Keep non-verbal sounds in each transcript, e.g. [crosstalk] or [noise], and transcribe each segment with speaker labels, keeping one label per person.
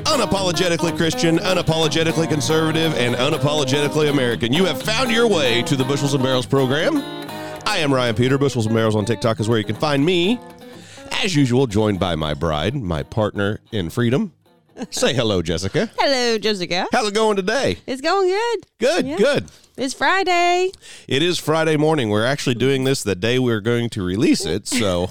Speaker 1: unapologetically Christian, unapologetically conservative, and unapologetically American. You have found your way to the Bushels and Barrels program. I am Ryan Peter. Bushels and Barrels on TikTok is where you can find me. As usual, joined by my bride, my partner in freedom. Say hello, Jessica.
Speaker 2: Hello, Jessica.
Speaker 1: How's it going today?
Speaker 2: It's going good.
Speaker 1: Good,
Speaker 2: Yeah.
Speaker 1: good.
Speaker 2: It's Friday.
Speaker 1: It is Friday morning. We're actually doing this the day we're going to release it. So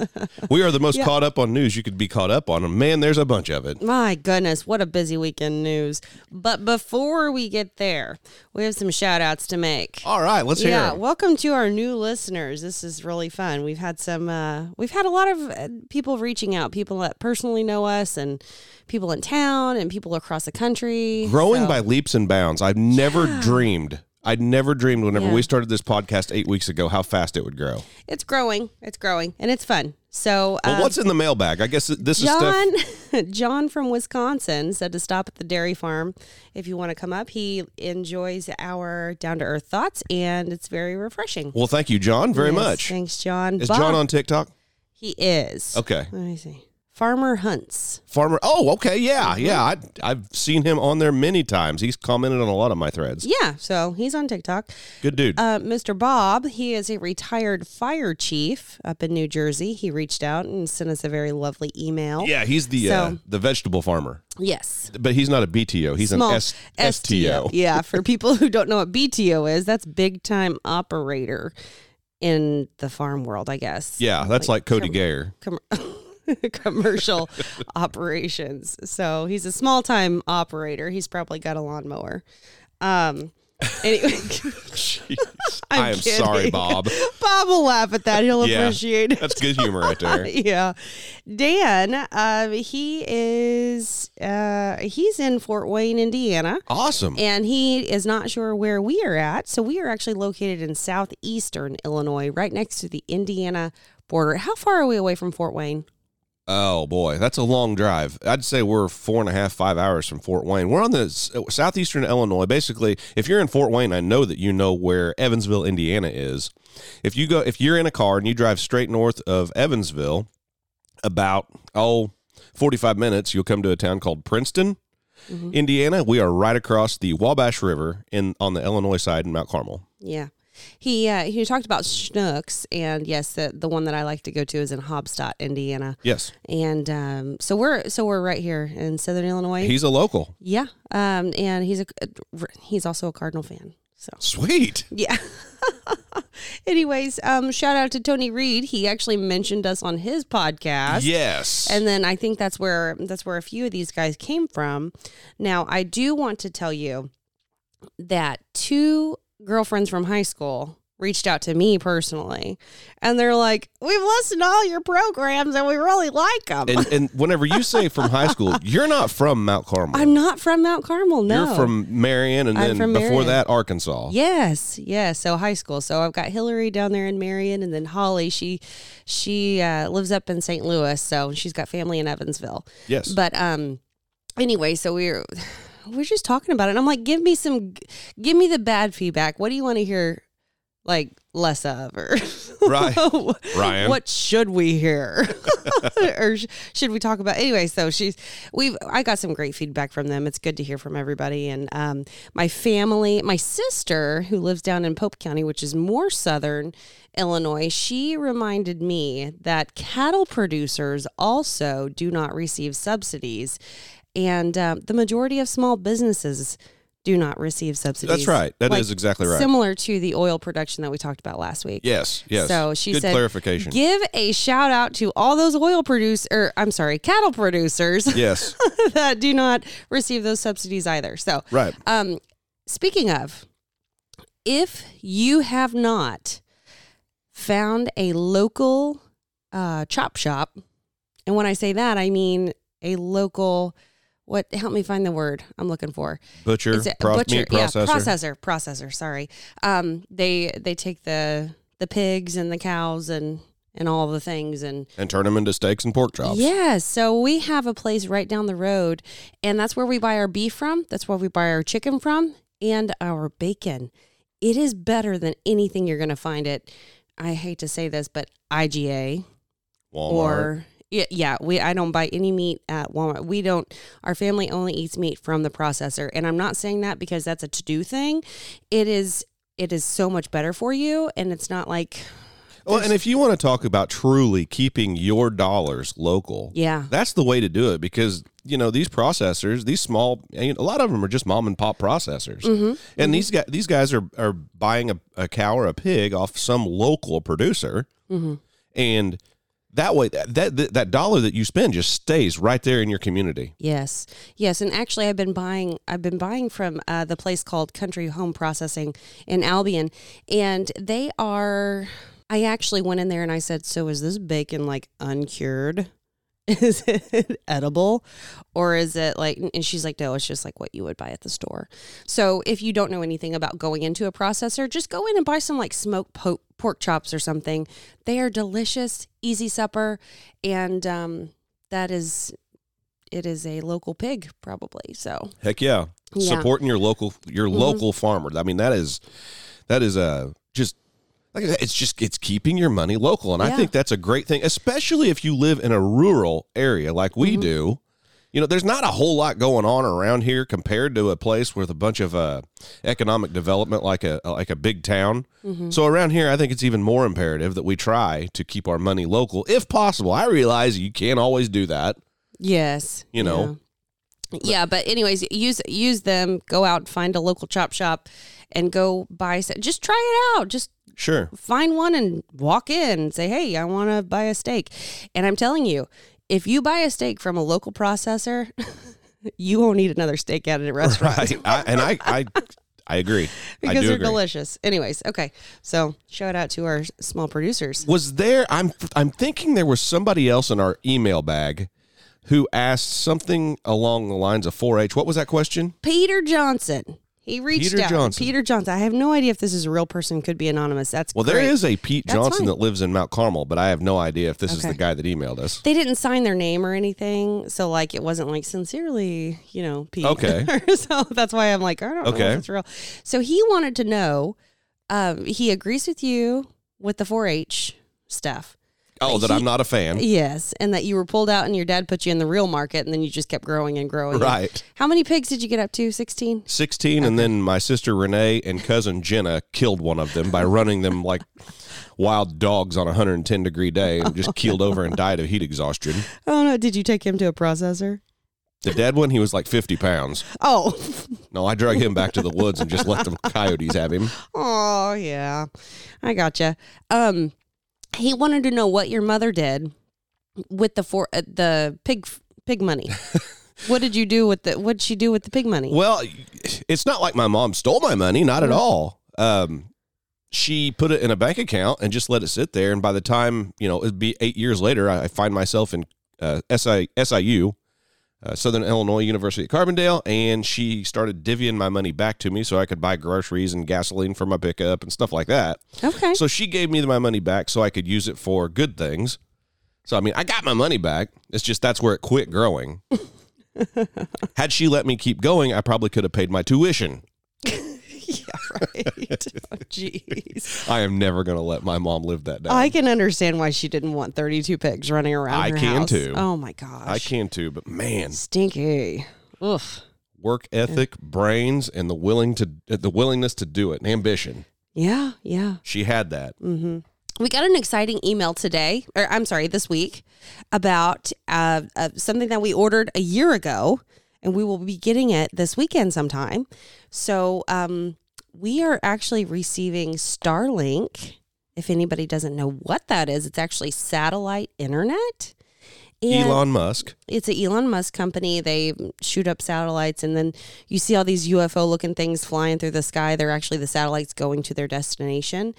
Speaker 2: [laughs]
Speaker 1: we are the most caught up on news you could be caught up on. And man, there's a bunch of it.
Speaker 2: My goodness, what a busy weekend news. But before we get there, we have some shout outs to make.
Speaker 1: All right, let's hear
Speaker 2: Yeah,
Speaker 1: it.
Speaker 2: welcome to our new listeners. This is really fun. We've had some, uh, we've had a lot of uh, people reaching out, people that personally know us, and people in town, and people across the country.
Speaker 1: growing
Speaker 2: So-
Speaker 1: by leaps and bounds. I've never dreamed. I'd never dreamed whenever
Speaker 2: Yeah.
Speaker 1: we started this podcast eight weeks ago how fast it would grow.
Speaker 2: it's growing, it's growing, and it's fun. So,
Speaker 1: But
Speaker 2: um,
Speaker 1: what's in the mailbag? I guess this is stuff.
Speaker 2: John, [laughs] John from Wisconsin said to stop at the dairy farm if you want to come up. He enjoys our down to earth thoughts, and it's very refreshing.
Speaker 1: Well, thank you, John, very
Speaker 2: Yes,
Speaker 1: much.
Speaker 2: Thanks, John.
Speaker 1: Is
Speaker 2: Bob-
Speaker 1: John on TikTok?
Speaker 2: He is.
Speaker 1: Okay.
Speaker 2: Let me see. Farmer Hunts.
Speaker 1: Farmer. Oh, okay. Yeah,
Speaker 2: Mm-hmm.
Speaker 1: yeah. I, I've seen him on there many times. He's commented on a lot of my threads.
Speaker 2: Yeah, so he's on TikTok.
Speaker 1: Good dude.
Speaker 2: Uh, Mr. Bob, he is a retired fire chief up in New Jersey. He reached out and sent us a very lovely email.
Speaker 1: yeah, he's the uh,
Speaker 2: so-
Speaker 1: the vegetable farmer,
Speaker 2: Yes.
Speaker 1: but he's not a BTO. He's
Speaker 2: Small-
Speaker 1: an S- STO.
Speaker 2: Yeah, for people who don't know what BTO is, that's big time operator in the farm world, I guess.
Speaker 1: Yeah, that's like, Cody Gayer. [laughs]
Speaker 2: Com- [laughs] commercial operations. So he's a small time operator. He's probably got a lawnmower. Um, anyway, [laughs] I'm
Speaker 1: I am sorry,
Speaker 2: kidding.
Speaker 1: Bob.
Speaker 2: Bob will laugh at that. He'll
Speaker 1: Yeah.
Speaker 2: appreciate it.
Speaker 1: That's good humor right there.
Speaker 2: [laughs] yeah. Dan, uh, he is uh, he's in Fort Wayne, Indiana.
Speaker 1: Awesome.
Speaker 2: And he is not sure where we are at. So we are actually located in southeastern Illinois, right next to the Indiana border. How far are we away from Fort Wayne?
Speaker 1: Oh boy, that's a long drive. I'd say we're four and a half, five hours from Fort Wayne. We're on the s- uh, southeastern Illinois. Basically, if you're in Fort Wayne, I know that you know where Evansville, Indiana is. If you go, if you're in a car and you drive straight north of Evansville, about oh. 45 minutes, you'll come to a town called Princeton, Indiana. We are right across the Wabash River in on the Illinois side in Mount Carmel.
Speaker 2: Yeah. He uh, he talked about Schnucks, and yes, the, the one that I like to go to is in Hobstadt, Indiana.
Speaker 1: Yes.
Speaker 2: And um, so we're so we're right here in Southern Illinois.
Speaker 1: He's a local.
Speaker 2: yeah. Um, and he's a he's also a Cardinal fan. So
Speaker 1: Sweet.
Speaker 2: Yeah. Anyways, um, shout out to Tony Reed. He actually mentioned us on his podcast.
Speaker 1: Yes.
Speaker 2: And then I think that's where that's where a few of these guys came from. Now I do want to tell you that two girlfriends from high school reached out to me personally, and they're like, "We've listened to all your programs, and we really like them."
Speaker 1: and, and whenever you say from high
Speaker 2: [laughs]
Speaker 1: school, you're not from Mount Carmel.
Speaker 2: I'm not from Mount Carmel. No,
Speaker 1: You're from Marion, and
Speaker 2: I'm
Speaker 1: then
Speaker 2: from
Speaker 1: before
Speaker 2: Marion.
Speaker 1: that, Arkansas.
Speaker 2: Yes, yes. So high school. So I've got Hillary down there in Marion, and then Holly. She she uh, lives up in St. Louis, so she's got family in Evansville.
Speaker 1: Yes.
Speaker 2: But um, anyway, so we we're [sighs] we we're just talking about it. And I'm like, give me some, give me the bad feedback. What do you want to hear? Like less of, or
Speaker 1: [laughs]
Speaker 2: [laughs]
Speaker 1: Right. Ryan.
Speaker 2: What should we hear, [laughs] or sh- should we talk about anyway? So she's we've I got some great feedback from them. It's good to hear from everybody, and um, my family, my sister who lives down in Pope County, which is more southern Illinois. She reminded me that cattle producers also do not receive subsidies, and um, the majority of small businesses do not receive subsidies.
Speaker 1: That's right. That is
Speaker 2: Like,
Speaker 1: exactly right.
Speaker 2: Similar to the oil production that we talked about last week.
Speaker 1: yes. Yes.
Speaker 2: So she
Speaker 1: Good
Speaker 2: said,
Speaker 1: clarification.
Speaker 2: Give a shout out to all those oil produce, or I'm sorry, cattle producers
Speaker 1: [laughs]
Speaker 2: [laughs]
Speaker 1: yes.
Speaker 2: that do not receive those subsidies either. So, [laughs]
Speaker 1: Right.
Speaker 2: um, speaking of, if you have not found a local uh, chop shop, and when I say that, I mean a local. What help me find the word I'm looking for?
Speaker 1: Butcher,
Speaker 2: It's a
Speaker 1: pro-
Speaker 2: butcher,
Speaker 1: meat processor.
Speaker 2: yeah, processor, processor. Sorry, um, they they take the the pigs and the cows and and all the things and
Speaker 1: And turn them into steaks and pork chops.
Speaker 2: yeah, so we have a place right down the road, and that's where we buy our beef from. That's where we buy our chicken from and our bacon. It is better than anything you're going to find at, I hate to say this, but IGA
Speaker 1: Walmart.
Speaker 2: or Yeah, yeah, we I don't buy any meat at Walmart. We don't. Our family only eats meat from the processor, and I'm not saying that because that's a to do thing. It is. It is so much better for you, and it's not like
Speaker 1: Well, and if you want to talk about truly keeping your dollars local,
Speaker 2: yeah,
Speaker 1: that's the way to do it because you know these processors, these small, I mean, a lot of them are just mom and pop processors, and these guys, these guys are are buying a, a cow or a pig off some local producer, and that way that, that that dollar that you spend just stays right there in your community.
Speaker 2: Yes, yes, and actually, I've been buying. I've been buying from uh, the place called Country Home Processing in Albion, and they are. I actually went in there and I said, "So is this bacon like uncured? [laughs] Is it edible, or is it like?" And she's like, "No, it's just like what you would buy at the store." So if you don't know anything about going into a processor, just go in and buy some like smoked po- pork chops or something. They are delicious, easy supper, and um, that is it is a local pig probably so
Speaker 1: Heck yeah,
Speaker 2: Yeah. Mm-hmm.
Speaker 1: supporting your local your local farmer. I mean that is that is uh, just like I said, it's just it's keeping your money local, and I
Speaker 2: Yeah.
Speaker 1: think that's a great thing, especially if you live in a rural area like we
Speaker 2: Mm-hmm.
Speaker 1: do. You know, there's not a whole lot going on around here compared to a place with a bunch of uh, economic development like a like a big town.
Speaker 2: Mm-hmm.
Speaker 1: So around here, I think it's even more imperative that we try to keep our money local if possible. I realize you can't always do that.
Speaker 2: yes
Speaker 1: You know.
Speaker 2: yeah. Yeah, but anyways use use them go out and find a local chop shop and go buy s- just try it out just
Speaker 1: Sure.
Speaker 2: find one and walk in and say hey i want to buy a steak and i'm telling you if you buy a steak from a local processor [laughs] you won't eat another steak out at a restaurant
Speaker 1: [laughs] Right. I, and I, I, I agree. I
Speaker 2: because
Speaker 1: do
Speaker 2: they're
Speaker 1: agree.
Speaker 2: delicious anyways okay so shout out to our s- small producers
Speaker 1: Was there? I'm, I'm thinking there was somebody else in our email bag who asked something along the lines of 4-H. What was that question?
Speaker 2: Peter Johnson. He reached
Speaker 1: Peter
Speaker 2: out.
Speaker 1: Johnson.
Speaker 2: Peter Johnson. I have no idea if this is a real person. Could be anonymous. That's
Speaker 1: Well, there
Speaker 2: great.
Speaker 1: is a Pete
Speaker 2: That's
Speaker 1: Johnson
Speaker 2: fine.
Speaker 1: that lives in Mount Carmel, but I have no idea if this is
Speaker 2: Okay.
Speaker 1: the guy that emailed us.
Speaker 2: They didn't sign their name or anything, so like it wasn't like sincerely, you know, Pete.
Speaker 1: Okay.
Speaker 2: [laughs] so that's why I'm like, I don't know
Speaker 1: Okay.
Speaker 2: if it's real. So he wanted to know. Um, he agrees with you with the 4-H stuff.
Speaker 1: Oh, that I'm not a fan.
Speaker 2: Yes, and that you were pulled out and your dad put you in the real market, and then you just kept growing and
Speaker 1: [laughs]
Speaker 2: growing.
Speaker 1: Right.
Speaker 2: How many pigs did you get up to? Sixteen.
Speaker 1: 16 and then my sister Renee and cousin Jenna killed one of them by running them like wild dogs on a 110 degree day and just keeled over and died of heat exhaustion.
Speaker 2: Oh no! Did you take him to a processor?
Speaker 1: The dead one, he was like 50 pounds.
Speaker 2: Oh. [laughs]
Speaker 1: No, I drug him back to the woods and just let the coyotes have him.
Speaker 2: Oh yeah, I gotcha. Um, he wanted to know what your mother did with the for uh, the pig pig
Speaker 1: [laughs]
Speaker 2: money. what did you do with the? What'd she do with the pig money?
Speaker 1: Well, it's not like my mom stole my money, not at all. Um, she put it in a bank account and just let it sit there. And by the time you know, it'd be eight years later, I I find myself in uh, SI, SIU, uh, Southern Illinois University at Carbondale, and she started divvying my money back to me so I could buy groceries and gasoline for my pickup and stuff like that. [laughs]
Speaker 2: okay.
Speaker 1: So she gave me my money back so I could use it for good things. So I mean, I got my money back. It's just that's where it quit
Speaker 2: [laughs]
Speaker 1: growing. Had she let me keep going, I probably could have paid my tuition.
Speaker 2: yeah, right. [laughs] Oh, Jeez,
Speaker 1: I am never going to let my mom live that down.
Speaker 2: I can understand why she didn't want thirty-two pigs running around.
Speaker 1: I
Speaker 2: her
Speaker 1: can
Speaker 2: house.
Speaker 1: too.
Speaker 2: Oh my gosh,
Speaker 1: I can too, but man,
Speaker 2: stinky. Oof.
Speaker 1: work ethic, brains, and the willing to the willingness to do it, and ambition.
Speaker 2: Yeah, yeah.
Speaker 1: She had that.
Speaker 2: we got an exciting email today, or I'm sorry, this week, about uh, uh, something that we ordered a year ago, and we will be getting it this weekend sometime. So um, we are actually receiving Starlink. If anybody doesn't know what that is, it's actually satellite internet. And-
Speaker 1: Elon Musk.
Speaker 2: it's a Elon Musk company. They shoot up satellites, and then you see all these UFO looking things flying through the sky. They're actually the satellites going to their destination.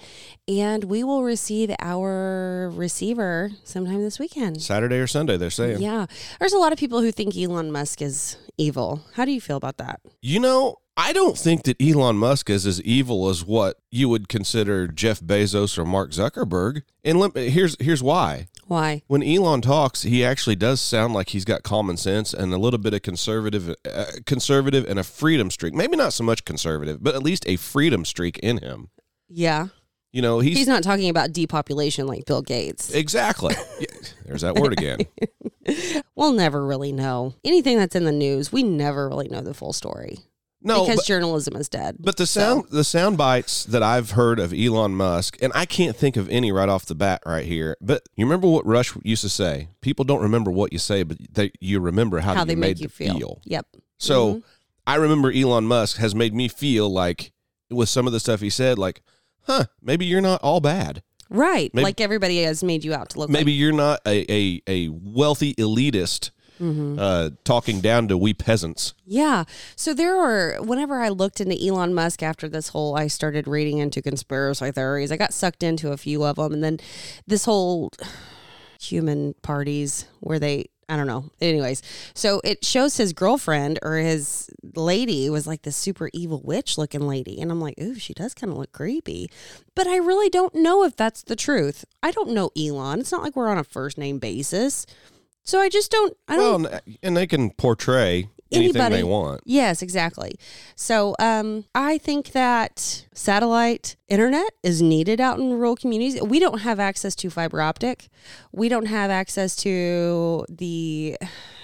Speaker 2: And we will receive our receiver sometime this weekend.
Speaker 1: Saturday or Sunday, they're saying.
Speaker 2: Yeah. There's a lot of people who think Elon Musk is evil. How do you feel about that?
Speaker 1: You know, I don't think that Elon Musk is as evil as what you would consider Jeff Bezos or Mark Zuckerberg. And let, here's here's why.
Speaker 2: Why?
Speaker 1: When Elon talks, he actually does sound like he's got common sense and a little bit of conservative, uh, conservative and a freedom streak. Maybe not so much conservative, but at least a freedom streak in him.
Speaker 2: Yeah.
Speaker 1: You know, he's,
Speaker 2: He's not talking about depopulation like Bill Gates. [laughs]
Speaker 1: exactly. Yeah, There's that word again.
Speaker 2: We'll never really know. Anything that's in the news, we never really know the full story
Speaker 1: No,
Speaker 2: because
Speaker 1: but,
Speaker 2: journalism is dead.
Speaker 1: but the sound the sound bites that I've heard of Elon Musk, and I can't think of any right off the bat right here. But you remember what Rush used to say? People don't remember what you say, but they, you remember how,
Speaker 2: how
Speaker 1: you
Speaker 2: they
Speaker 1: made
Speaker 2: make you
Speaker 1: them
Speaker 2: feel. mm-hmm. Yep.
Speaker 1: So I remember Elon Musk has made me feel like with some of the stuff he said, like, huh, maybe you're not all bad.
Speaker 2: Right.
Speaker 1: Maybe-
Speaker 2: like everybody has made you out to look
Speaker 1: Maybe you're not a a, a wealthy elitist
Speaker 2: Mm-hmm.
Speaker 1: uh, talking down to we peasants.
Speaker 2: Yeah. So there are, whenever I looked into Elon Musk after this whole, I started reading into conspiracy theories. I got sucked into a few of them. And then this whole human parties where they, I don't know. Anyways, so it shows his girlfriend or his lady was like this super evil witch looking lady. And I'm like, ooh, she does kind of look creepy. But I really don't know if that's the truth. I don't know Elon. It's not like we're on a first name basis. So I just don't, I don't
Speaker 1: Well, n- and they can portray anything
Speaker 2: Mm-hmm. Anybody.
Speaker 1: they want.
Speaker 2: Yes, exactly. So um, I think that satellite internet is needed out in rural communities. We don't have access to fiber optic. We don't have access to the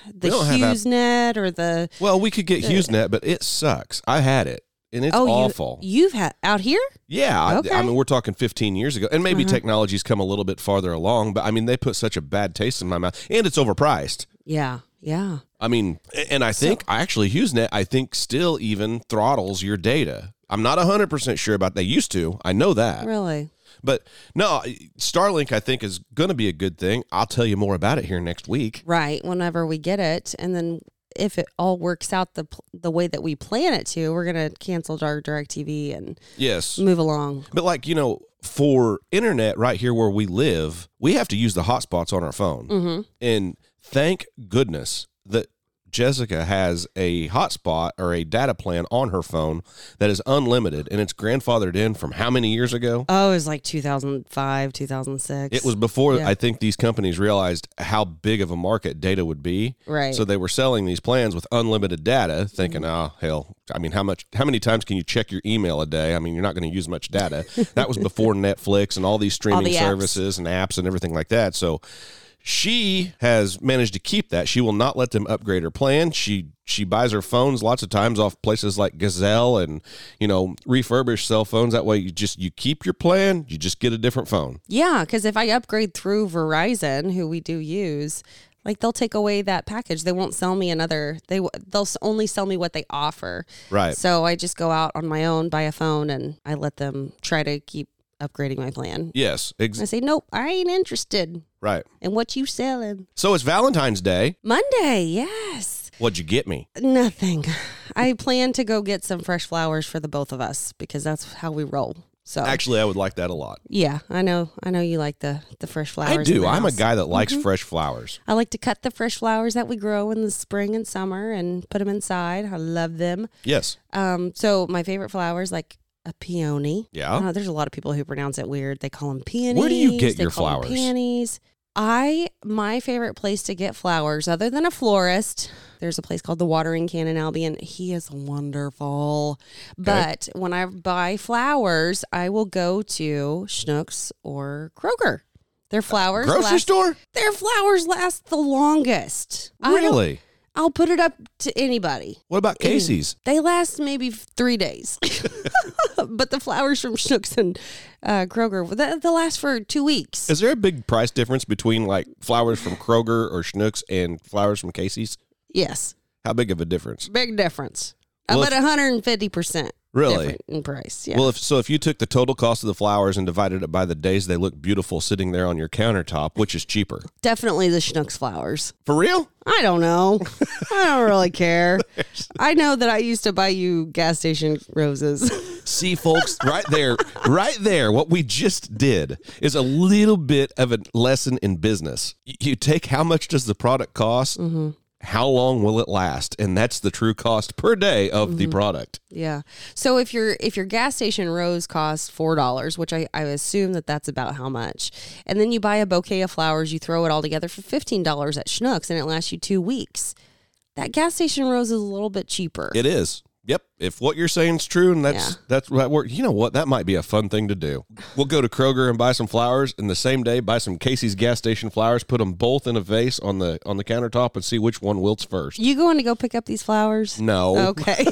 Speaker 2: the
Speaker 1: We don't have
Speaker 2: HughesNet net or the
Speaker 1: Well, we could get HughesNet, but it sucks. I had it, and it's
Speaker 2: Oh, you-
Speaker 1: awful.
Speaker 2: You've had out here,
Speaker 1: yeah, I- I,
Speaker 2: Okay. Uh-huh.
Speaker 1: mean, we're talking 15 years ago, and maybe technology's come a little bit farther along, but I mean, they put such a bad taste in my mouth, and it's overpriced.
Speaker 2: yeah, yeah.
Speaker 1: I mean, a- and I think I actually HughesNet, I think still even throttles your data. I'm not 100% sure about they used to. I know that.
Speaker 2: Really?
Speaker 1: But no, Starlink I think is going to be a good thing. I'll tell you more about it here next week.
Speaker 2: Right. Whenever we get it, and then if it all works out the pl- the way that we plan it to, we're gonna cancel our Directv and
Speaker 1: Yes.
Speaker 2: move along.
Speaker 1: But like, you know, for internet right here where we live, we have to use the hotspots on our phone.
Speaker 2: Mm-hmm.
Speaker 1: And thank goodness that Jessica has a hotspot or a data plan on her phone that is unlimited and it's grandfathered in from how many years ago?
Speaker 2: Oh, it was like 2005, 2006.
Speaker 1: It was before
Speaker 2: Yeah.
Speaker 1: I think these companies realized how big of a market data would be.
Speaker 2: right. Mm-hmm.
Speaker 1: So they were selling these plans with unlimited data, thinking, "Oh hell, I mean, how much? How many times can you check your email a day? I mean, you're not going to use much
Speaker 2: [laughs]
Speaker 1: data." that was before Netflix and all these streaming
Speaker 2: the apps.
Speaker 1: services and apps and everything like that. So she has managed to keep that. She will not let them upgrade her plan. She she buys her phones lots of times off places like Gazelle and you know refurbished cell phones. That way, you just you keep your plan. You just get a different phone.
Speaker 2: yeah, because if I upgrade through Verizon, who we do use, like they'll take away that package. They won't sell me another. They w- they'll s- only sell me what they offer.
Speaker 1: Right.
Speaker 2: So I just go out on my own, buy a phone, and I let them try to keep upgrading my plan.
Speaker 1: Yes, ex-
Speaker 2: I say nope, I ain't interested
Speaker 1: right.
Speaker 2: in what you selling.
Speaker 1: So it's Valentine's Day.
Speaker 2: Monday, yes.
Speaker 1: What'd you get me?
Speaker 2: Nothing. I plan to go get some fresh flowers for the both of us because that's how we roll. So
Speaker 1: Actually, I would like that a lot.
Speaker 2: Yeah, I know. I know you like the the fresh flowers.
Speaker 1: I
Speaker 2: in
Speaker 1: do. I'm
Speaker 2: the
Speaker 1: a
Speaker 2: house. Mm-hmm.
Speaker 1: guy that likes fresh flowers.
Speaker 2: I like to cut the fresh flowers that we grow in the spring and summer and put them inside. I love them.
Speaker 1: Yes.
Speaker 2: Um, so my favorite flowers like a peony.
Speaker 1: Yeah.
Speaker 2: Uh, there's a lot of people who pronounce it weird. They call them peonies.
Speaker 1: do you get
Speaker 2: They
Speaker 1: your
Speaker 2: call 'em
Speaker 1: flowers?
Speaker 2: Peonies. I my favorite place to get flowers, other than a florist, there's a place called the Watering Can in Albion. He is wonderful. But when I buy flowers, I will go to Schnucks or Kroger. Their flowers
Speaker 1: Uh, Grocery
Speaker 2: last,
Speaker 1: store?
Speaker 2: Their flowers last the longest. I don't-
Speaker 1: Really?
Speaker 2: I'll put it up to anybody.
Speaker 1: What about Casey's?
Speaker 2: They last maybe f-
Speaker 1: [laughs]
Speaker 2: three days, [laughs] but the flowers from Schnucks and uh, Kroger they, they last for two weeks.
Speaker 1: Is there a big price difference between like flowers from Kroger or Schnucks and flowers from Casey's?
Speaker 2: yes,
Speaker 1: How big of a difference?
Speaker 2: big difference.
Speaker 1: Well,
Speaker 2: About one hundred and fifty percent.
Speaker 1: Really?
Speaker 2: in price. Yeah.
Speaker 1: Well, if so, if you took the total cost of the flowers and divided it by the days they look beautiful sitting there on your countertop, which is cheaper?
Speaker 2: definitely the Schnucks flowers.
Speaker 1: For real?
Speaker 2: I
Speaker 1: [laughs]
Speaker 2: don't know. I don't really care. I know that I used to buy you gas station roses.
Speaker 1: See, folks, right there, right there, what we just did is a little bit of a lesson in business. Y- You take how much does the product cost?
Speaker 2: Mm-hmm.
Speaker 1: How long will it last? And that's the true cost per day of
Speaker 2: Mm-hmm.
Speaker 1: the product.
Speaker 2: Yeah. So if your if your gas station rose costs four dollars, which I, I assume that that's about how much, and then you buy a bouquet of flowers, you throw it all together for fifteen dollars at Schnucks, and it lasts you two weeks. That gas station rose is a little bit cheaper.
Speaker 1: It is. Yep. If what you're saying is true and that's
Speaker 2: Yeah.
Speaker 1: that's what work, you know what? That might be a fun thing to do. We'll go to Kroger and buy some flowers and the same day buy some Casey's gas station flowers, put them both in a vase on the on the countertop and see which one wilts first.
Speaker 2: You going to go pick up these flowers?
Speaker 1: No.
Speaker 2: [laughs] Okay.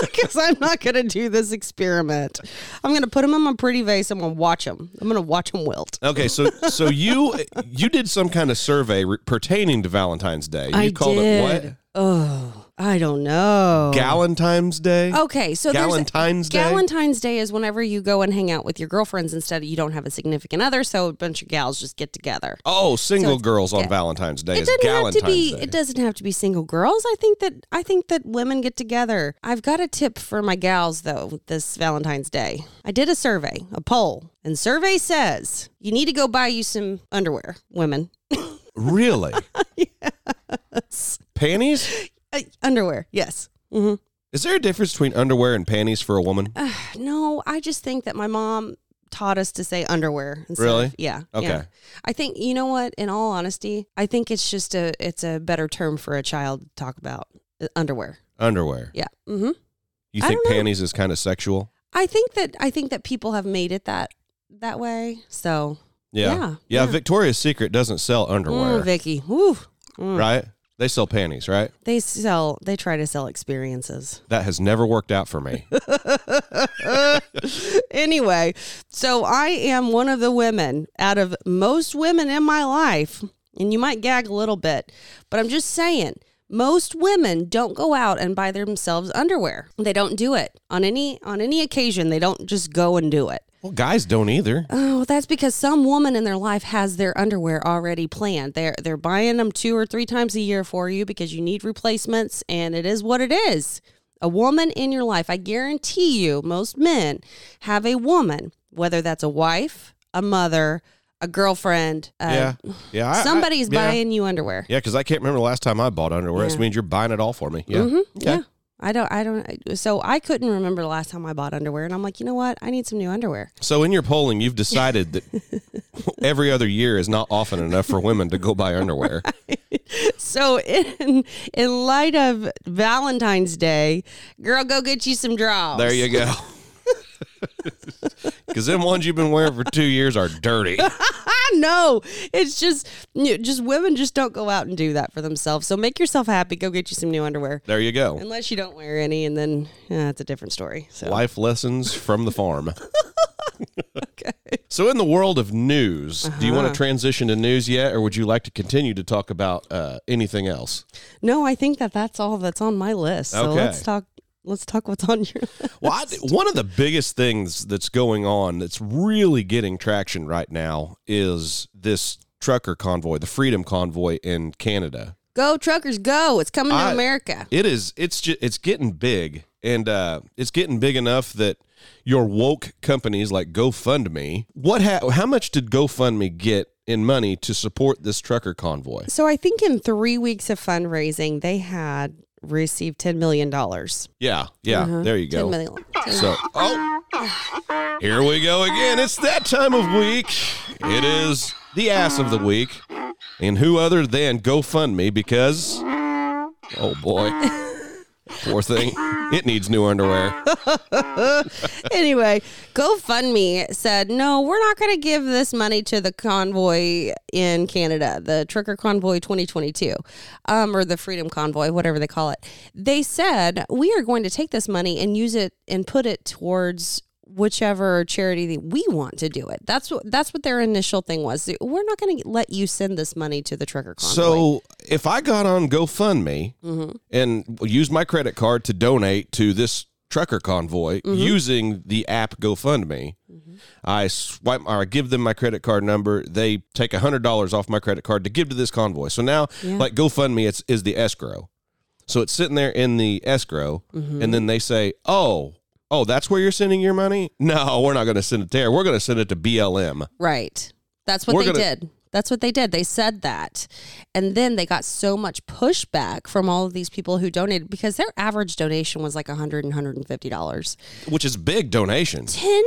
Speaker 2: Because I'm not going to do this experiment. I'm going to put them in my pretty vase. I'm going to watch them. I'm going to watch them wilt.
Speaker 1: Okay, so so you you did some kind of survey re- pertaining to Valentine's Day. You
Speaker 2: I
Speaker 1: called
Speaker 2: did.
Speaker 1: it what?
Speaker 2: Oh, I don't know.
Speaker 1: Galentine's Day.
Speaker 2: okay, so there's
Speaker 1: Galentine's Day.
Speaker 2: Galentine's Day is whenever you go and hang out with your girlfriends instead of you don't have a significant other, so a bunch of gals just get together.
Speaker 1: oh, single
Speaker 2: it's-
Speaker 1: girls on
Speaker 2: yeah.
Speaker 1: Valentine's Day.
Speaker 2: It
Speaker 1: is
Speaker 2: doesn't have
Speaker 1: Galentine's
Speaker 2: to be.
Speaker 1: Day.
Speaker 2: It doesn't [laughs] have to be single girls. I think that I think that women get together. I've got a tip for my gals though. This Valentine's Day, I did a survey, a poll, and survey says you need to go buy you some underwear, women.
Speaker 1: Really? Panties?
Speaker 2: Uh, underwear, yes. hmm
Speaker 1: Is there a difference between underwear and panties for a woman?
Speaker 2: Uh, [sighs] No, I just think that my mom taught us to say underwear. Instead
Speaker 1: Really?
Speaker 2: Of, yeah.
Speaker 1: Okay.
Speaker 2: yeah. I think you know what. In all honesty, I think it's just a it's a better term for a child to talk about uh, underwear.
Speaker 1: Underwear.
Speaker 2: Yeah. Mm-hmm.
Speaker 1: You
Speaker 2: I
Speaker 1: think
Speaker 2: don't know.
Speaker 1: panties is kind of sexual?
Speaker 2: I think that I think that people have made it that that way. So
Speaker 1: Yeah.
Speaker 2: Yeah, yeah.
Speaker 1: Victoria's Secret doesn't sell underwear,
Speaker 2: mm, Vicky, woo, Mm.
Speaker 1: right? They sell panties, right?
Speaker 2: they sell they try to sell experiences.
Speaker 1: That has never worked out for
Speaker 2: [laughs]
Speaker 1: me.
Speaker 2: anyway, so I am one of the women out of most women in my life, and you might gag a little bit, but I'm just saying. Most women don't go out and buy themselves underwear. They don't do it on any on any occasion. They don't just go and do it.
Speaker 1: well, guys don't either.
Speaker 2: Oh, that's because some woman in their life has their underwear already planned. They're they're buying them two or three times a year for you because you need replacements, and it is what it is. A woman in your life, I guarantee you, most men have a woman, whether that's a wife, a mother, a girlfriend. Uh,
Speaker 1: yeah. Yeah. I- I-
Speaker 2: somebody's
Speaker 1: yeah.
Speaker 2: buying you underwear.
Speaker 1: Yeah, because I can't remember the last time I bought underwear. This
Speaker 2: Yeah.
Speaker 1: means you're buying it all for me. Yeah.
Speaker 2: Mhm,
Speaker 1: Okay.
Speaker 2: yeah. I don't. I don't. So I couldn't remember the last time I bought underwear, and I'm like, you know what? I need some new underwear.
Speaker 1: So in your polling, you've decided that [laughs] every other year is not often enough for women to go buy
Speaker 2: [laughs]
Speaker 1: underwear.
Speaker 2: So in [laughs] in light of Valentine's Day, girl, go get you some draws.
Speaker 1: There you
Speaker 2: [laughs]
Speaker 1: go. [laughs] Because them ones you've been wearing for two years are dirty.
Speaker 2: I know it's just you know, just women just don't go out and do that for themselves. So make yourself happy. Go get you some new underwear,
Speaker 1: There you go.
Speaker 2: unless you don't wear any, and then yeah, it's a different story. [laughs] So
Speaker 1: Life lessons from the
Speaker 2: [laughs]
Speaker 1: farm. So, in the world of news, do you want to
Speaker 2: Uh-huh.
Speaker 1: transition to news yet, or would you like to continue to talk about uh, anything else?
Speaker 2: no, I think that that's all that's on my list. So
Speaker 1: Okay.
Speaker 2: let's talk. Let's talk what's on your [laughs] list.
Speaker 1: Well, I, one of the biggest things that's going on that's really getting traction right now is this trucker convoy, the Freedom Convoy in Canada.
Speaker 2: Go truckers, go! It's coming to
Speaker 1: I-
Speaker 2: America.
Speaker 1: It is. It's just. It's getting big, and uh, it's getting big enough that your woke companies like GoFundMe. What? Ha- how much did GoFundMe get in money to support this trucker convoy?
Speaker 2: So I think in three weeks of fundraising, they had received ten million dollars.
Speaker 1: Yeah. Yeah. There you
Speaker 2: Ten
Speaker 1: go.
Speaker 2: million.
Speaker 1: So, oh, here we go again. It's that time of week. It is the ass of the week, and who other than GoFundMe? Because, oh boy, poor thing, it needs new underwear.
Speaker 2: [laughs] anyway, GoFundMe said, no, we're not going to give this money to the convoy in Canada, the Trucker Convoy 2022, um, or the Freedom Convoy, whatever they call it. They said, we are going to take this money and use it and put it towards whichever charity that we want to do it. That's what that's what their initial thing was. We're not going to let you send this money to the trucker convoy.
Speaker 1: So if I got on GoFundMe and used my credit card to donate to this trucker convoy using the app GoFundMe, I swipe or I give them my credit card number. They take hundred dollars off my credit card to give to this convoy. So now,
Speaker 2: Yeah.
Speaker 1: like GoFundMe, it's is the escrow. So it's sitting there in the escrow, and then they say, "Oh." Oh, that's where you're sending your money? [laughs] No, we're not going to send it there. We're going to send it to BLM.
Speaker 2: Right. That's what
Speaker 1: We're
Speaker 2: they
Speaker 1: gonna-
Speaker 2: did. That's what they did. They said that. And then they got so much pushback from all of these people who donated because their average donation was like 100 and 150 dollars.
Speaker 1: Which is big donations.
Speaker 2: 10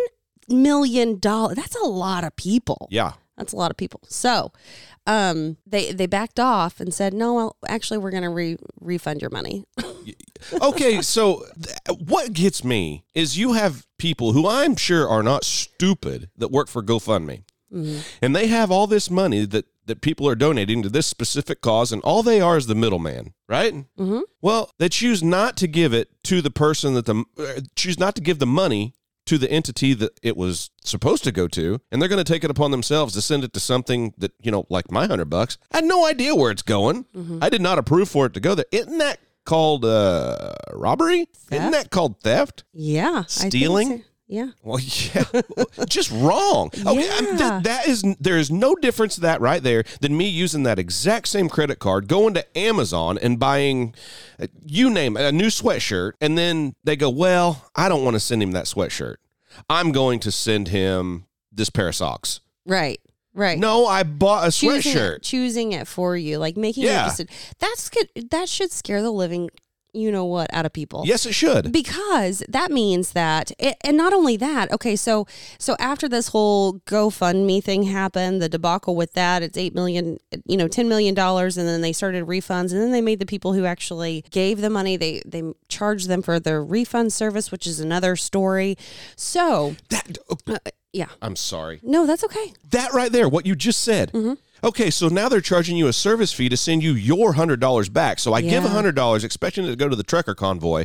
Speaker 2: million dollars. That's a lot of people.
Speaker 1: Yeah.
Speaker 2: That's a lot of people. So, um, they they backed off and said, "No, well, actually, we're going to re- refund your money." [laughs]
Speaker 1: okay, so th- what gets me is you have people who I'm sure are not stupid that work for GoFundMe. And they have all this money that that people are donating to this specific cause and all they are is the middleman, right?
Speaker 2: Mhm.
Speaker 1: Well, they choose not to give it to the person that the uh, choose not to give the money to the entity that it was supposed to go to and they're going to take it upon themselves to send it to something that you know like my 100 bucks i had no idea where it's going i did not approve for it to go there isn't that called uh robbery isn't
Speaker 2: Theft?
Speaker 1: that called theft
Speaker 2: Yeah. I think
Speaker 1: Stealing?
Speaker 2: so. Yeah.
Speaker 1: well [laughs] yeah just wrong okay I mean, th-
Speaker 2: Yeah.
Speaker 1: that is there is no difference to that right there than me using that exact same credit card going to amazon and buying uh, you name it, a new sweatshirt and then they go well i don't want to send him that sweatshirt i'm going to send him this pair of socks
Speaker 2: Right. Right.
Speaker 1: no i bought a
Speaker 2: choosing it,
Speaker 1: sweatshirt
Speaker 2: choosing it for you, like making
Speaker 1: Yeah.
Speaker 2: it. That's good. That should scare the living, you know what, out of people.
Speaker 1: yes it should
Speaker 2: because that means that it, and not only that okay so so after this whole gofundme thing happened the debacle with that it's 8 million you know 10 million dollars and then they started refunds and then they made the people who actually gave the money they they charged them for their refund service which is another story so
Speaker 1: that oh,
Speaker 2: yeah
Speaker 1: i'm sorry
Speaker 2: no that's okay
Speaker 1: That right there, what you just said.
Speaker 2: Mm-hmm.
Speaker 1: Okay, so now they're charging you a service fee to send you your hundred dollars back. So I give give
Speaker 2: Yeah.
Speaker 1: hundred dollars, expecting it to go to the trucker convoy.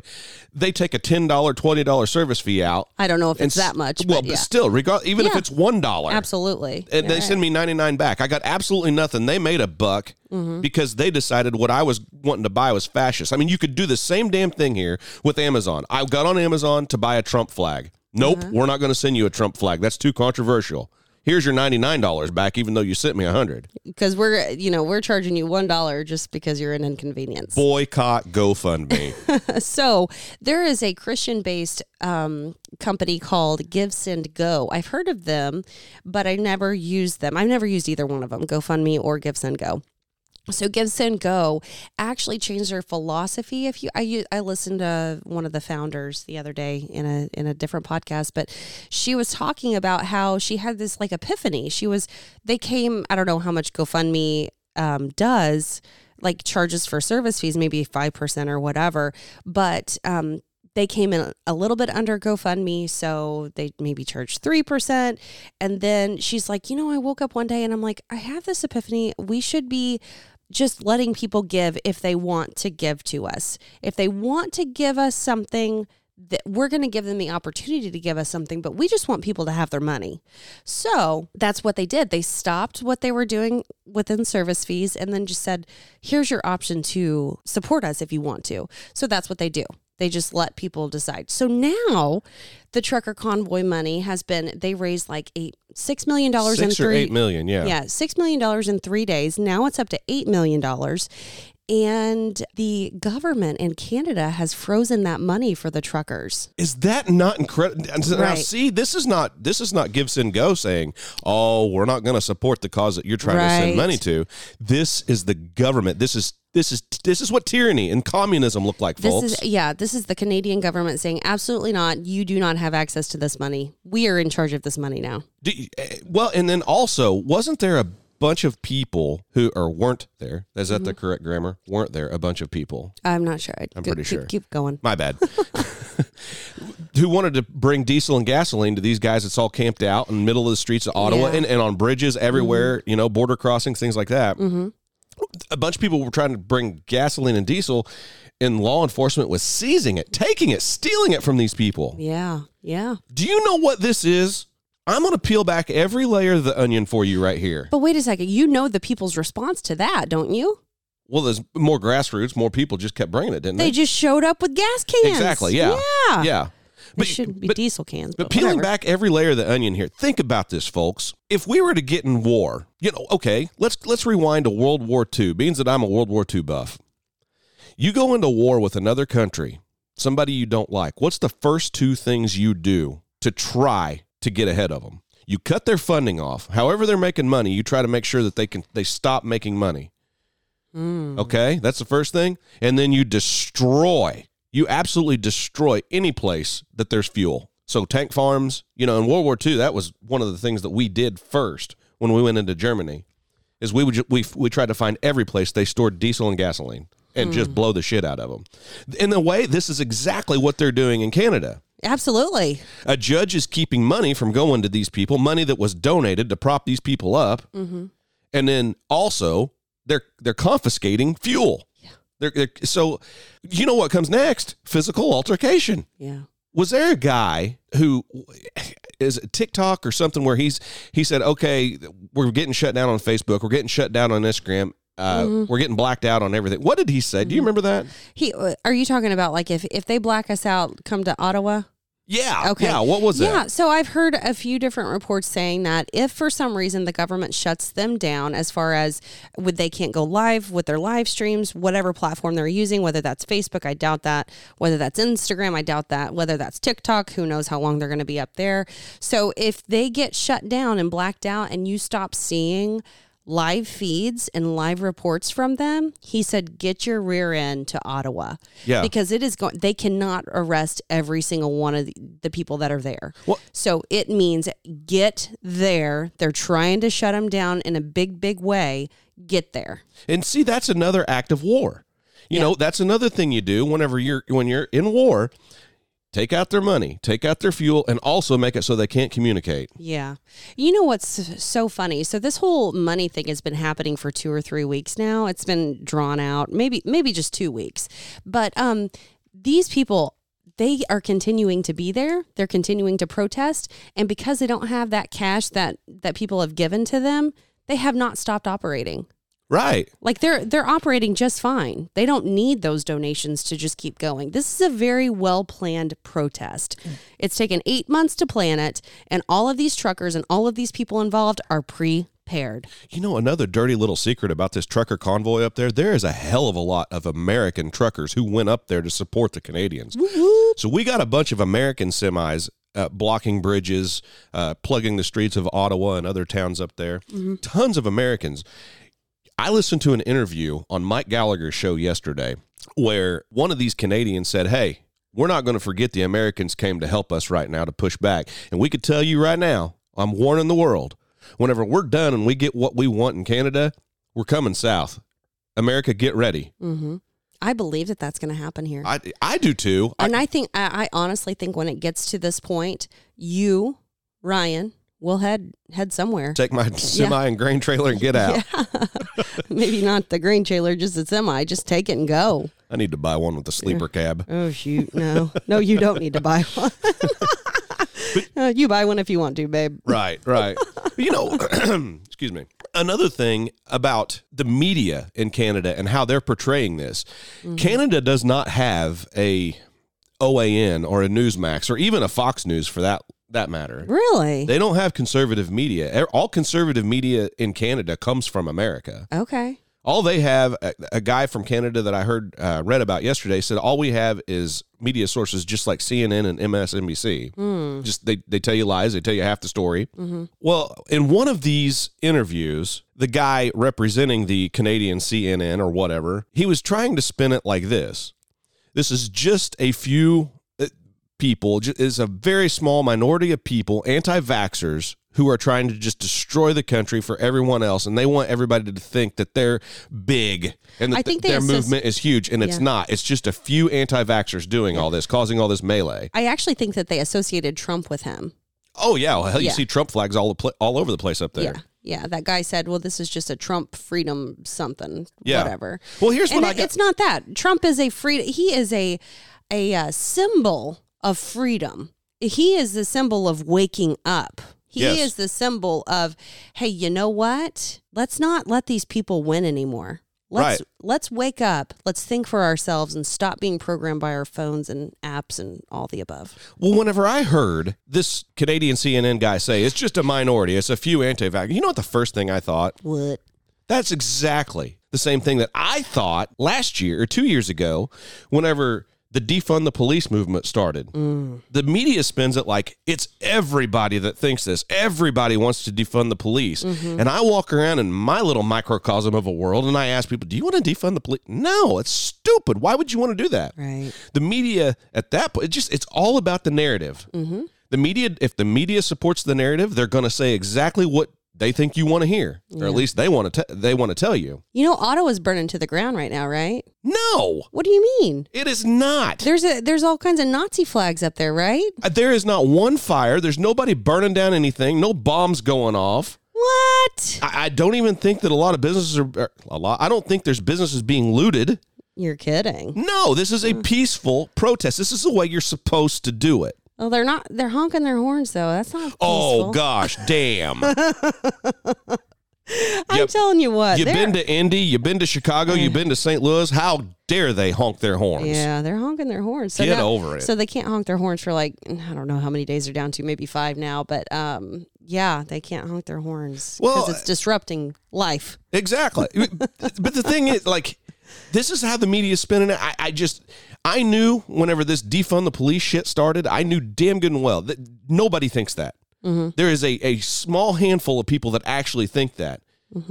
Speaker 1: They take a ten dollar, twenty dollar service fee out.
Speaker 2: i don't know if it's
Speaker 1: s-
Speaker 2: that much
Speaker 1: Well,
Speaker 2: but yeah
Speaker 1: still, regard even if
Speaker 2: Yeah.
Speaker 1: it's one dollar,
Speaker 2: absolutely
Speaker 1: and they
Speaker 2: Yeah.
Speaker 1: send me ninety nine back. I got absolutely nothing. They made a buck
Speaker 2: Mm-hmm.
Speaker 1: because they decided what I was wanting to buy was fascist. I mean, you could do the same damn thing here with Amazon. I got on Amazon to buy a Trump flag. Nope,
Speaker 2: Mm-hmm.
Speaker 1: we're not going to send you a Trump flag. That's too controversial. Here's your ninety nine dollars back, even though you sent me a hundred.
Speaker 2: because we're you know we're charging you one dollar just because you're an inconvenience
Speaker 1: Boycott GoFundMe.
Speaker 2: [laughs] So there is a Christian based um, company called Give Send Go. I've heard of them, but I never used them. I've never used either one of them, GoFundMe or Give Send Go. So Give Send Go actually changed their philosophy. If you, I, u- I listened to one of the founders the other day in a in a different podcast, but she was talking about how she had this like epiphany. She was they came. I don't know how much GoFundMe um, does like charges for service fees, maybe 5% or whatever. But um, they came in a little bit under GoFundMe. So they maybe charged 3%. And then she's like, you know, I woke up one day and I'm like, I have this epiphany. We should be just letting people give if they want to give to us. If they want to give us something, that we're going to give them the opportunity to give us something, but we just want people to have their money. So that's what they did. They stopped what they were doing within service fees and then just said, here's your option to support us if you want to. So that's what they do. They just let people decide. So now the trucker convoy money has been, they raised like eight, $6 million in
Speaker 1: Six or
Speaker 2: three.
Speaker 1: eight million, yeah.
Speaker 2: Yeah, $6 million in three days. Now it's up to $8 million. And the government in Canada has frozen that money for the truckers.
Speaker 1: Is that not incredible? Now,
Speaker 2: Right.
Speaker 1: see, this is not this is not Gibson Go saying, "Oh, we're not going to support the cause that you're trying to send
Speaker 2: Right.
Speaker 1: money to." This is the government. This is this is this is what tyranny and communism look like,
Speaker 2: This
Speaker 1: folks.
Speaker 2: is yeah, this is the Canadian government saying absolutely not. You do not have access to this money. We are in charge of this money now.
Speaker 1: Do you- eh, well, and then also, wasn't there a bunch of people who or weren't there? Is that
Speaker 2: Mm-hmm.
Speaker 1: the correct grammar? Weren't there a bunch of people?
Speaker 2: I'm not sure. I'm
Speaker 1: pretty sure.
Speaker 2: Keep going.
Speaker 1: My bad. [laughs] Who wanted to bring diesel and gasoline to these guys that's all camped out in the middle of the streets of Ottawa
Speaker 2: Yeah. Mm-hmm.
Speaker 1: and, and on bridges everywhere, you know, border crossings, things like that. A bunch of people were trying to bring gasoline and diesel, and law enforcement was seizing it, taking it, stealing it from these people.
Speaker 2: Yeah, yeah.
Speaker 1: Do you know what this is? I'm going to peel back every layer of the onion for you right here.
Speaker 2: But wait a second. You know the people's response to that, don't you?
Speaker 1: Well, there's more grassroots, more people just kept bringing it, didn't
Speaker 2: They
Speaker 1: they?
Speaker 2: just showed up with gas cans.
Speaker 1: Exactly. Yeah.
Speaker 2: Yeah.
Speaker 1: Yeah.
Speaker 2: It shouldn't be diesel cans. But,
Speaker 1: But peeling
Speaker 2: whatever.
Speaker 1: back every layer of the onion here, think about this, folks. If we were to get in war, you know, okay, let's let's rewind to World War II. Beans that I'm a World War II buff. You go into war with another country, somebody you don't like. What's the first two things you do to try to get ahead of them? You cut their funding off. However, they're making money. You try to make sure that they can they stop making money. Okay, that's the first thing, and then you destroy. You absolutely destroy any place that there's fuel. So tank farms, you know, in World War II, that was one of the things that we did first when we went into Germany, is we would ju- we we tried to find every place they stored diesel and gasoline. and just blow the shit out of them. In a way, this is exactly what they're doing in Canada.
Speaker 2: Absolutely.
Speaker 1: A judge is keeping money from going to these people, money that was donated to prop these people up, and then also they're they're confiscating fuel. Yeah. They're, they're, so you know what comes next? Physical altercation.
Speaker 2: Yeah.
Speaker 1: Was there a guy who is it TikTok or something where he's he said, okay, we're getting shut down on Facebook, we're getting shut down on Instagram, uh, we're getting blacked out on everything. What did he say? Do you remember that?
Speaker 2: He uh, are you talking about like if if they black us out, come to Ottawa?
Speaker 1: Yeah.
Speaker 2: Okay.
Speaker 1: Yeah. What was
Speaker 2: Yeah,
Speaker 1: that?
Speaker 2: so I've heard a few different reports saying that if for some reason the government shuts them down as far as would they can't go live with their live streams, whatever platform they're using, whether that's Facebook, I doubt that, whether that's Instagram, I doubt that, whether that's TikTok, who knows how long they're going to be up there. So if they get shut down and blacked out and you stop seeing live feeds and live reports from them, he said get your rear end to Ottawa.
Speaker 1: Yeah.
Speaker 2: Because it is going they cannot arrest every single one of the, the people that are there.
Speaker 1: Well-
Speaker 2: So it means get there. They're trying to shut them down in a big big way. Get there.
Speaker 1: And see, that's another act of war. You know, that's another thing you do whenever you're when you're in war. Take out their money, take out their fuel, and also make it so they can't communicate.
Speaker 2: Yeah. You know what's so funny? So this whole money thing has been happening for 2 or 3 weeks now. It's been drawn out, maybe maybe just 2 weeks. But um these people they are continuing to be there. They're continuing to protest and because they don't have that cash that that people have given to them, they have not stopped operating.
Speaker 1: Right.
Speaker 2: Like they're they're operating just fine. They don't need those donations to just keep going. This is a very well planned protest.
Speaker 1: Mm.
Speaker 2: It's taken eight months to plan it, and all of these truckers and all of these people involved are prepared.
Speaker 1: You know, another dirty little secret about this trucker convoy up there there is a hell of a lot of American truckers who went up there to support the Canadians. So we got a bunch of American semis. Uh, blocking bridges, uh, plugging the streets of Ottawa and other towns up there. Tons of Americans. I listened to an interview on Mike Gallagher's show yesterday where one of these Canadians said, Hey, we're not going to forget the Americans came to help us right now to push back. And we could tell you right now, I'm warning the world. Whenever we're done and we get what we want in Canada, we're coming south. America, get ready.
Speaker 2: hmm I believe that that's going to happen here.
Speaker 1: I, I do too. I,
Speaker 2: and I think I, I honestly think when it gets to this point, you, Ryan, will head head somewhere.
Speaker 1: take my semi and grain trailer and get out.
Speaker 2: [laughs] Maybe not the grain trailer, just the semi. Just take it and go.
Speaker 1: I need to buy one with a sleeper cab.
Speaker 2: Oh shoot! No, no, you don't need to buy [laughs] one. Uh, you buy one if you want to, babe.
Speaker 1: Right, right. [laughs] you know, [clears throat] excuse me. Another thing about the media in Canada and how they're portraying this Canada does not have a OAN or a Newsmax or even a Fox News for that, that matter.
Speaker 2: Really?
Speaker 1: They don't have conservative media. E, All conservative media in Canada comes from America.
Speaker 2: okay.
Speaker 1: All they have, a, a guy from Canada that I heard uh, read about yesterday said, all we have is media sources just like CNN and MSNBC. Just they they tell you lies, they tell you half the story. Well, in one of these interviews, the guy representing the Canadian CNN or whatever, he was trying to spin it like this: this is just a few uh, people, ju- is a very small minority of people, anti-vaxxers. Who are trying to just destroy the country for everyone else, and they want everybody to think that they're big and that
Speaker 2: I think they
Speaker 1: their
Speaker 2: associ-
Speaker 1: movement is huge, and it's
Speaker 2: Yeah.
Speaker 1: not. It's just a few anti-vaxxers doing all this, causing all this melee.
Speaker 2: I actually think that they associated Trump with him.
Speaker 1: Oh yeah, well, hell, you
Speaker 2: Yeah.
Speaker 1: see Trump flags all the pla- all over the place up there.
Speaker 2: Yeah. Yeah. That guy said, well, this is just a Trump freedom something,
Speaker 1: Yeah.
Speaker 2: whatever.
Speaker 1: Well, here's
Speaker 2: and
Speaker 1: what I
Speaker 2: it-
Speaker 1: got.
Speaker 2: it's not that. Trump is a free, he is a, a uh, symbol of freedom. He is the symbol of waking up. He
Speaker 1: Yes.
Speaker 2: is the symbol of, hey, you know what? Let's not let these people win anymore. Let's
Speaker 1: Right.
Speaker 2: let's wake up. Let's think for ourselves and stop being programmed by our phones and apps and all the above.
Speaker 1: Well, whenever I heard this Canadian CNN guy say it's just a minority, it's a few anti-vax, you know what the first thing I thought?
Speaker 2: What?
Speaker 1: That's exactly the same thing that I thought last year or two years ago, whenever the defund the police movement started. The media spins it like it's everybody that thinks this. Everybody wants to defund the police. And I walk around in my little microcosm of a world and I ask people, do you want to defund the police? No, it's stupid. Why would you want to do that?
Speaker 2: Right.
Speaker 1: the media at that point it just it's all about the narrative the media if the media supports the narrative they're going to say exactly what they think you want to hear, or at least they want to. Te- they want to tell you.
Speaker 2: You know, Ottawa's burning to the ground right now, right?
Speaker 1: No,
Speaker 2: What do you mean?
Speaker 1: it is not.
Speaker 2: There's a there's all kinds of Nazi flags up there, right?
Speaker 1: Uh, There is not one fire. There's nobody burning down anything. No bombs going off.
Speaker 2: What?
Speaker 1: I, I don't even think that a lot of businesses are are- a lot. I don't think there's businesses being looted.
Speaker 2: You're kidding.
Speaker 1: No, this is a peaceful protest. This is the way you're supposed to do it.
Speaker 2: Oh, they're not. They're honking their horns though. That's not. Peaceful.
Speaker 1: Oh gosh, damn!
Speaker 2: [laughs] I'm
Speaker 1: Yep.
Speaker 2: telling you what.
Speaker 1: You've
Speaker 2: they're-
Speaker 1: been to Indy, you've been to Chicago, you've been to St. Louis. How dare they honk their horns?
Speaker 2: Yeah, they're honking their horns. So
Speaker 1: Get
Speaker 2: now-
Speaker 1: over it.
Speaker 2: So they can't honk their horns for like I don't know how many days they're down to, maybe five now. But um, yeah, they can't honk their horns because
Speaker 1: Well, uh,
Speaker 2: it's disrupting life.
Speaker 1: Exactly. [laughs] but the thing is, like, this is how the media is spinning it. I, I just, I knew whenever this defund the police shit started, I knew damn good and well that nobody thinks that.
Speaker 2: Mm-hmm.
Speaker 1: There is a, a small handful of people that actually think that.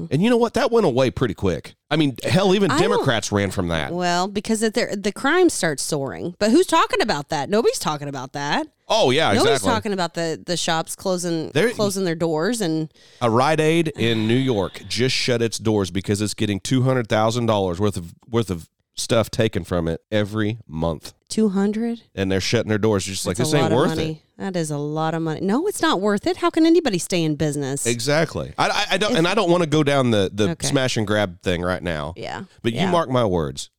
Speaker 1: And you know what? That went away pretty quick. I mean, hell, even
Speaker 2: Mm-hmm. don't-
Speaker 1: Democrats ran from that.
Speaker 2: Well, because it, they're- the crime starts soaring. But who's talking about that? Nobody's talking about that.
Speaker 1: Oh, yeah,
Speaker 2: Nobody's
Speaker 1: exactly.
Speaker 2: talking about the the shops closing
Speaker 1: There-
Speaker 2: closing their doors and
Speaker 1: A Rite Aid in New York just shut its doors because it's getting two hundred thousand dollars worth of worth of stuff taken from it every month,
Speaker 2: two hundred.
Speaker 1: and they're shutting their doors. Just like this ain't worth it.
Speaker 2: That is a lot of money. No, it's not worth it. How can anybody stay in business?
Speaker 1: Exactly. I, I, I don't, and I don't want to go down the the
Speaker 2: Okay.
Speaker 1: smash and grab thing right now.
Speaker 2: yeah.
Speaker 1: But
Speaker 2: Yeah.
Speaker 1: you mark my words,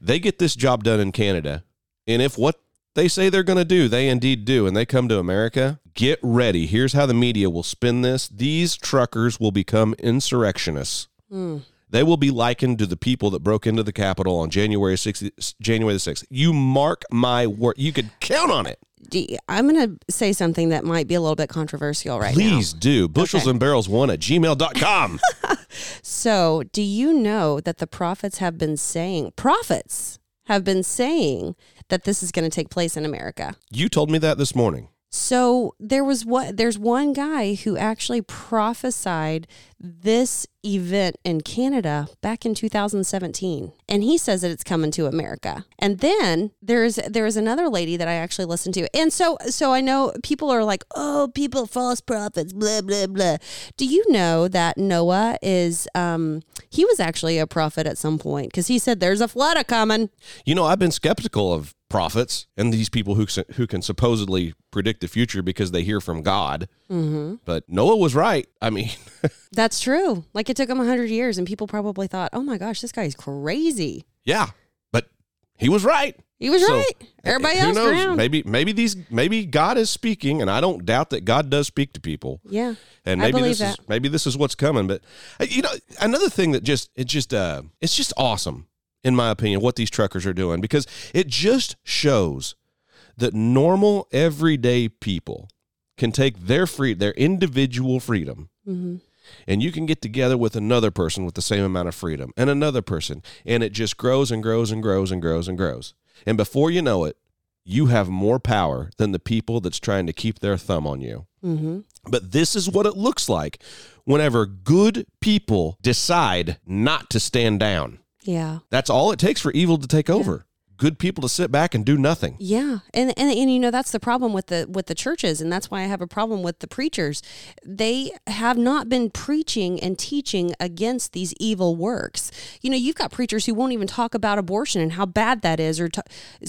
Speaker 1: they get this job done in Canada, and if what they say they're going to do, they indeed do, and they come to America. Get ready. Here's how the media will spin this: these truckers will become insurrectionists.
Speaker 2: Mm.
Speaker 1: They will be likened to the people that broke into the Capitol on January 6th, January the 6th. You mark my word. You could count on it.
Speaker 2: Do you- I'm going to say something that might be a little bit controversial right now.
Speaker 1: Please do. Bushels and barrels one at gmail.com.
Speaker 2: So, do you know that the prophets have been saying, prophets have been saying that this is going to take place in America?
Speaker 1: you told me that this morning.
Speaker 2: So there was what there's one guy who actually prophesied this event in Canada back in 2017 and he says that it's coming to America. And then there's there is another lady that I actually listened to. And so so I know people are like, "Oh, people false prophets, blah blah blah." Do you know that Noah is um he was actually a prophet at some point cuz he said there's a flood a coming.
Speaker 1: You know, I've been skeptical of prophets and these people who, who can supposedly predict the future because they hear from God. Mm-hmm. But Noah was right. I mean, [laughs]
Speaker 2: That's true. Like it took him 100 years and people probably thought, "Oh my gosh, this guy's crazy."
Speaker 1: yeah, but he was right.
Speaker 2: He was
Speaker 1: So, eh,
Speaker 2: right. Everybody
Speaker 1: Who
Speaker 2: else
Speaker 1: knows?
Speaker 2: around.
Speaker 1: Maybe, maybe these, maybe God is speaking, and I don't doubt that God does speak to people.
Speaker 2: Yeah.
Speaker 1: and
Speaker 2: I
Speaker 1: maybe
Speaker 2: believe
Speaker 1: this is
Speaker 2: that.
Speaker 1: maybe this is what's coming but uh, you know another thing that just it just uh it's just awesome in my opinion what these truckers are doing because it just shows that normal everyday people can take their free their individual freedom
Speaker 2: Mm-hmm.
Speaker 1: and you can get together with another person with the same amount of freedom and another person and it just grows and grows and grows and grows and grows and before you know it you have more power than the people that's trying to keep their thumb on you
Speaker 2: Mm-hmm.
Speaker 1: but this is what it looks like whenever good people decide not to stand down.
Speaker 2: Yeah.
Speaker 1: That's all it takes for evil to take over. Good people to sit back and do nothing.
Speaker 2: Yeah. And, and and you know that's the problem with the with the churches and that's why I have a problem with the preachers. They have not been preaching and teaching against these evil works. You know, you've got preachers who won't even talk about abortion and how bad that is or t-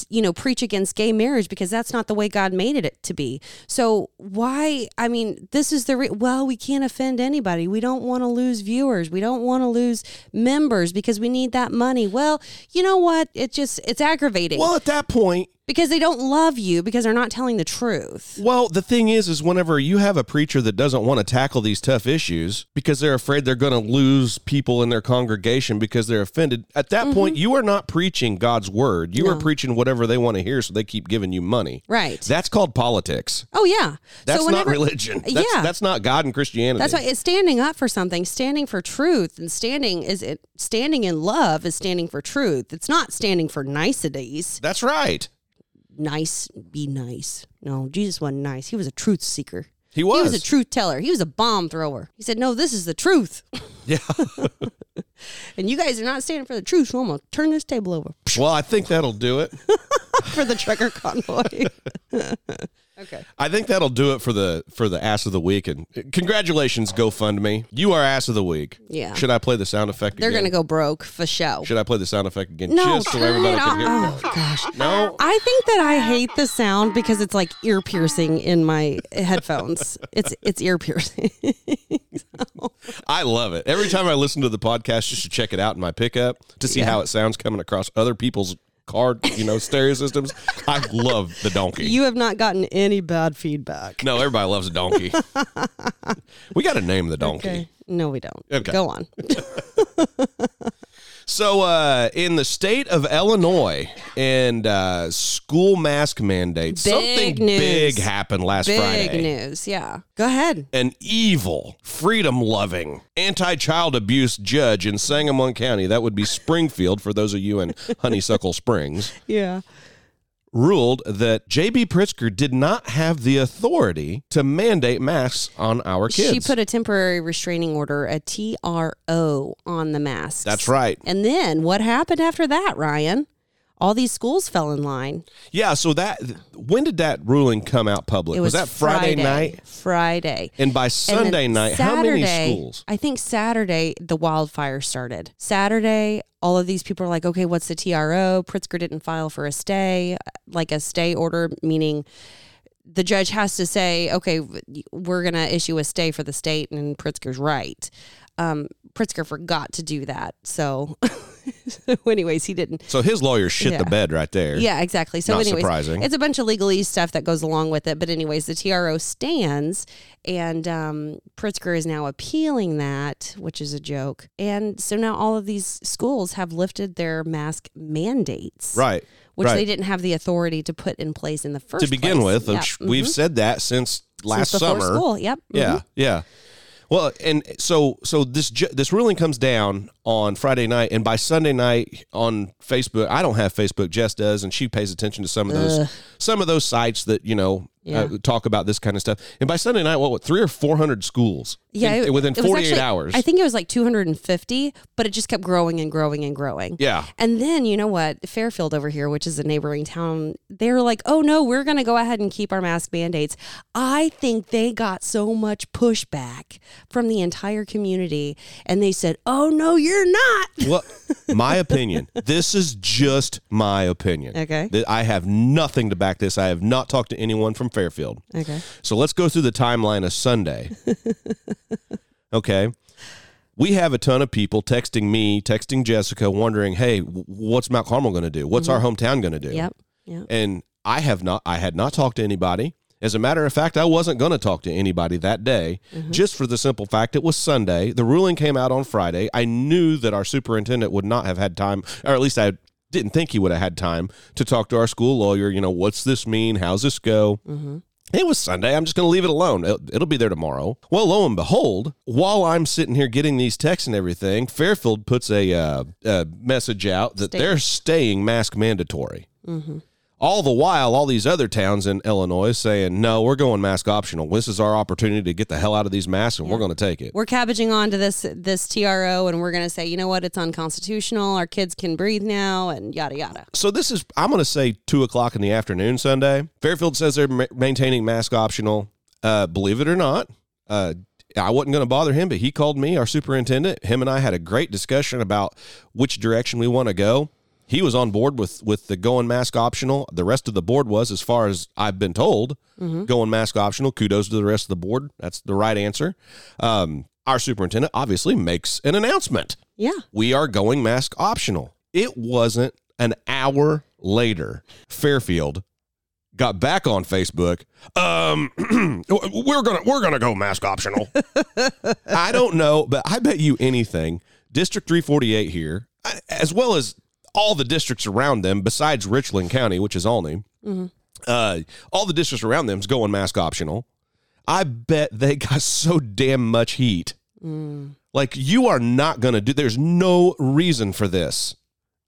Speaker 2: you know, preach against gay marriage because that's not the way God made it to be. So why I mean, this is the re- well, we can't offend anybody. We don't want to lose viewers. We don't want to lose members because we need that money. Well, you know what? It just it's aggravating
Speaker 1: Well, at that point,
Speaker 2: because they don't love you because they're not telling the truth.
Speaker 1: well, the thing is, is whenever you have a preacher that doesn't want to tackle these tough issues because they're afraid they're going to lose people in their congregation because they're offended, at that
Speaker 2: Mm-hmm.
Speaker 1: point, you are not preaching God's word. You are preaching whatever they want to hear, so they keep giving you money.
Speaker 2: Right.
Speaker 1: That's called politics.
Speaker 2: oh yeah.
Speaker 1: That's not
Speaker 2: whenever- [laughs]
Speaker 1: religion. That's,
Speaker 2: Yeah.
Speaker 1: that's not God and Christianity.
Speaker 2: That's why it's standing up for something, standing for truth, and standing is it standing in love is standing for truth. It's not standing for niceties.
Speaker 1: That's right.
Speaker 2: Nice, be nice. No, Jesus wasn't nice. He was a truth seeker.
Speaker 1: He was.
Speaker 2: He was a truth teller. He was a bomb thrower. He said, "No, this is the truth." [laughs]
Speaker 1: Yeah.
Speaker 2: and you guys are not standing for the truth, so I'm gonna turn this table over
Speaker 1: well, I think that'll do it.
Speaker 2: for the trucker convoy. [laughs] Okay.
Speaker 1: I think that'll do it for the for the ass of the week. And congratulations, GoFundMe. You are ass of the week.
Speaker 2: Yeah.
Speaker 1: Should I play the sound effect?
Speaker 2: They're
Speaker 1: again?
Speaker 2: gonna go broke for show.
Speaker 1: Should I play the sound effect again?
Speaker 2: No,
Speaker 1: just so
Speaker 2: turn
Speaker 1: everybody
Speaker 2: it
Speaker 1: can hear.
Speaker 2: off. Oh gosh.
Speaker 1: it? No.
Speaker 2: I think that I hate the sound because it's like ear piercing in my headphones. It's it's ear piercing. [laughs]
Speaker 1: I love it. Every time I listen to the podcast, just to check it out in my pickup to see how it sounds coming across other people's car, you know, stereo systems. I love the donkey.
Speaker 2: you have not gotten any bad feedback.
Speaker 1: no, everybody loves a
Speaker 2: [laughs]
Speaker 1: donkey. we got to name the donkey.
Speaker 2: Okay. No, we don't.
Speaker 1: Okay.
Speaker 2: Go on.
Speaker 1: So, uh, in the state of Illinois, and uh, school mask mandates,
Speaker 2: Big
Speaker 1: something
Speaker 2: news.
Speaker 1: big happened last
Speaker 2: Big
Speaker 1: Friday.
Speaker 2: news. Yeah. Go ahead.
Speaker 1: An evil, freedom loving, anti child abuse judge in Sangamon County, that would be Springfield for those of you in Honeysuckle Springs,
Speaker 2: Yeah.
Speaker 1: ruled that J.B. Pritzker did not have the authority to mandate masks on our kids.
Speaker 2: She put a temporary restraining order, a TRO, on the masks.
Speaker 1: That's right.
Speaker 2: And then what happened after that, Ryan? All these schools fell in line.
Speaker 1: Yeah, so that, when did that ruling come out public?
Speaker 2: It was,
Speaker 1: that Friday, night?
Speaker 2: Friday.
Speaker 1: And by
Speaker 2: And then
Speaker 1: Sunday night, how many schools?
Speaker 2: I think Saturday the wildfire started. Saturday, all of these people are like, okay, what's the TRO? Pritzker didn't file for a stay, like a stay order, meaning the judge has to say, okay, we're going to issue a stay for the state, and Pritzker's right. Um, Pritzker forgot to do that. So, [laughs] so anyways, he didn't.
Speaker 1: So his lawyer shit
Speaker 2: Yeah.
Speaker 1: the bed right there.
Speaker 2: [laughs] Yeah, exactly. So,
Speaker 1: Not
Speaker 2: anyways,
Speaker 1: surprising.
Speaker 2: it's a bunch of legalese stuff that goes along with it. But, anyways, the TRO stands, and um, Pritzker is now appealing that, which is a joke. And so now all of these schools have lifted their mask mandates,
Speaker 1: Right.
Speaker 2: Which
Speaker 1: right.
Speaker 2: they didn't have the authority to put in place in the first
Speaker 1: to begin
Speaker 2: place.
Speaker 1: with,
Speaker 2: Yeah,
Speaker 1: which
Speaker 2: mhm.
Speaker 1: we've said that since last
Speaker 2: Since before
Speaker 1: summer.
Speaker 2: School. Yep.
Speaker 1: Yeah,
Speaker 2: mhm.
Speaker 1: yeah. Well, and so so this ju- this ruling comes down on Friday night, and by Sunday night on Facebook, I don't have Facebook. Jess does, and she pays attention to some of those
Speaker 2: Ugh.
Speaker 1: some of those sites that you know
Speaker 2: Yeah.
Speaker 1: uh, talk about this kind of stuff. And by Sunday night, what, what three or four hundred schools?
Speaker 2: Yeah,
Speaker 1: in-
Speaker 2: it-
Speaker 1: within
Speaker 2: it was
Speaker 1: forty eight
Speaker 2: actually-
Speaker 1: hours.
Speaker 2: I think it was like 250, but it just kept growing and growing and growing.
Speaker 1: yeah,
Speaker 2: And then you know what? Fairfield over here, which is a neighboring town, they're like, oh no, we're going to go ahead and keep our mask mandates. I think they got so much pushback from the entire community. And they said, oh no, you're not.
Speaker 1: Well, my opinion. This is just my opinion.
Speaker 2: Okay.
Speaker 1: That I have nothing to back this. I have not talked to anyone from Fairfield.
Speaker 2: Okay.
Speaker 1: So let's go through the timeline of
Speaker 2: [laughs]
Speaker 1: Sunday. okay. We have a ton of people texting me, texting Jessica, wondering, hey, w- what's Mount Carmel going to do? What's our hometown going to do?
Speaker 2: Mm-hmm. Yep. Yep.
Speaker 1: And I have not, I had not talked to anybody. As a matter of fact, I wasn't going to talk to anybody that day just for the simple fact it was Sunday. The ruling came out on Friday. I knew that our superintendent would not have had time, or at least I didn't think he would have had time to talk to our school lawyer. You know, what's this mean? How's this go? It was Sunday. I'm just going to leave it alone. It'll, it'll be there tomorrow. Well, lo and behold, while I'm sitting here getting these texts and everything, Fairfield puts a, uh, uh message out that they're staying mask mandatory. All the while, all these other towns in Illinois saying, no, we're going mask optional. This is our opportunity to get the hell out of these masks and we're going to take it.
Speaker 2: We're cabbaging on to this this TRO and we're going to say, you know what? It's unconstitutional. Our kids can breathe now and yada yada.
Speaker 1: So this is, I'm going to say two o'clock in the afternoon Sunday. Fairfield says they're ma- maintaining mask optional. Uh, believe it or not, uh, I wasn't going to bother him, but he called me, our superintendent. Him and I had a great discussion about which direction we want to go. He was on board with with the going mask optional. The rest of the board was, as far as I've been told, going mask optional. Kudos to the rest of the board. That's the right answer. Um, our superintendent obviously makes an announcement
Speaker 2: Yeah.
Speaker 1: we are going mask optional. It wasn't an hour later. Fairfield got back on Facebook. Um, [clears throat] we're gonna we're gonna go mask optional. I don't know, but I bet you anything. District 348 here, I- as well as all the districts around them, besides Richland County, which is Alney,
Speaker 2: Mm-hmm.
Speaker 1: uh, all the districts around them is going mask optional. I bet they got [laughs] so damn much heat.
Speaker 2: Mm.
Speaker 1: Like you are not going to do. There's no reason for this.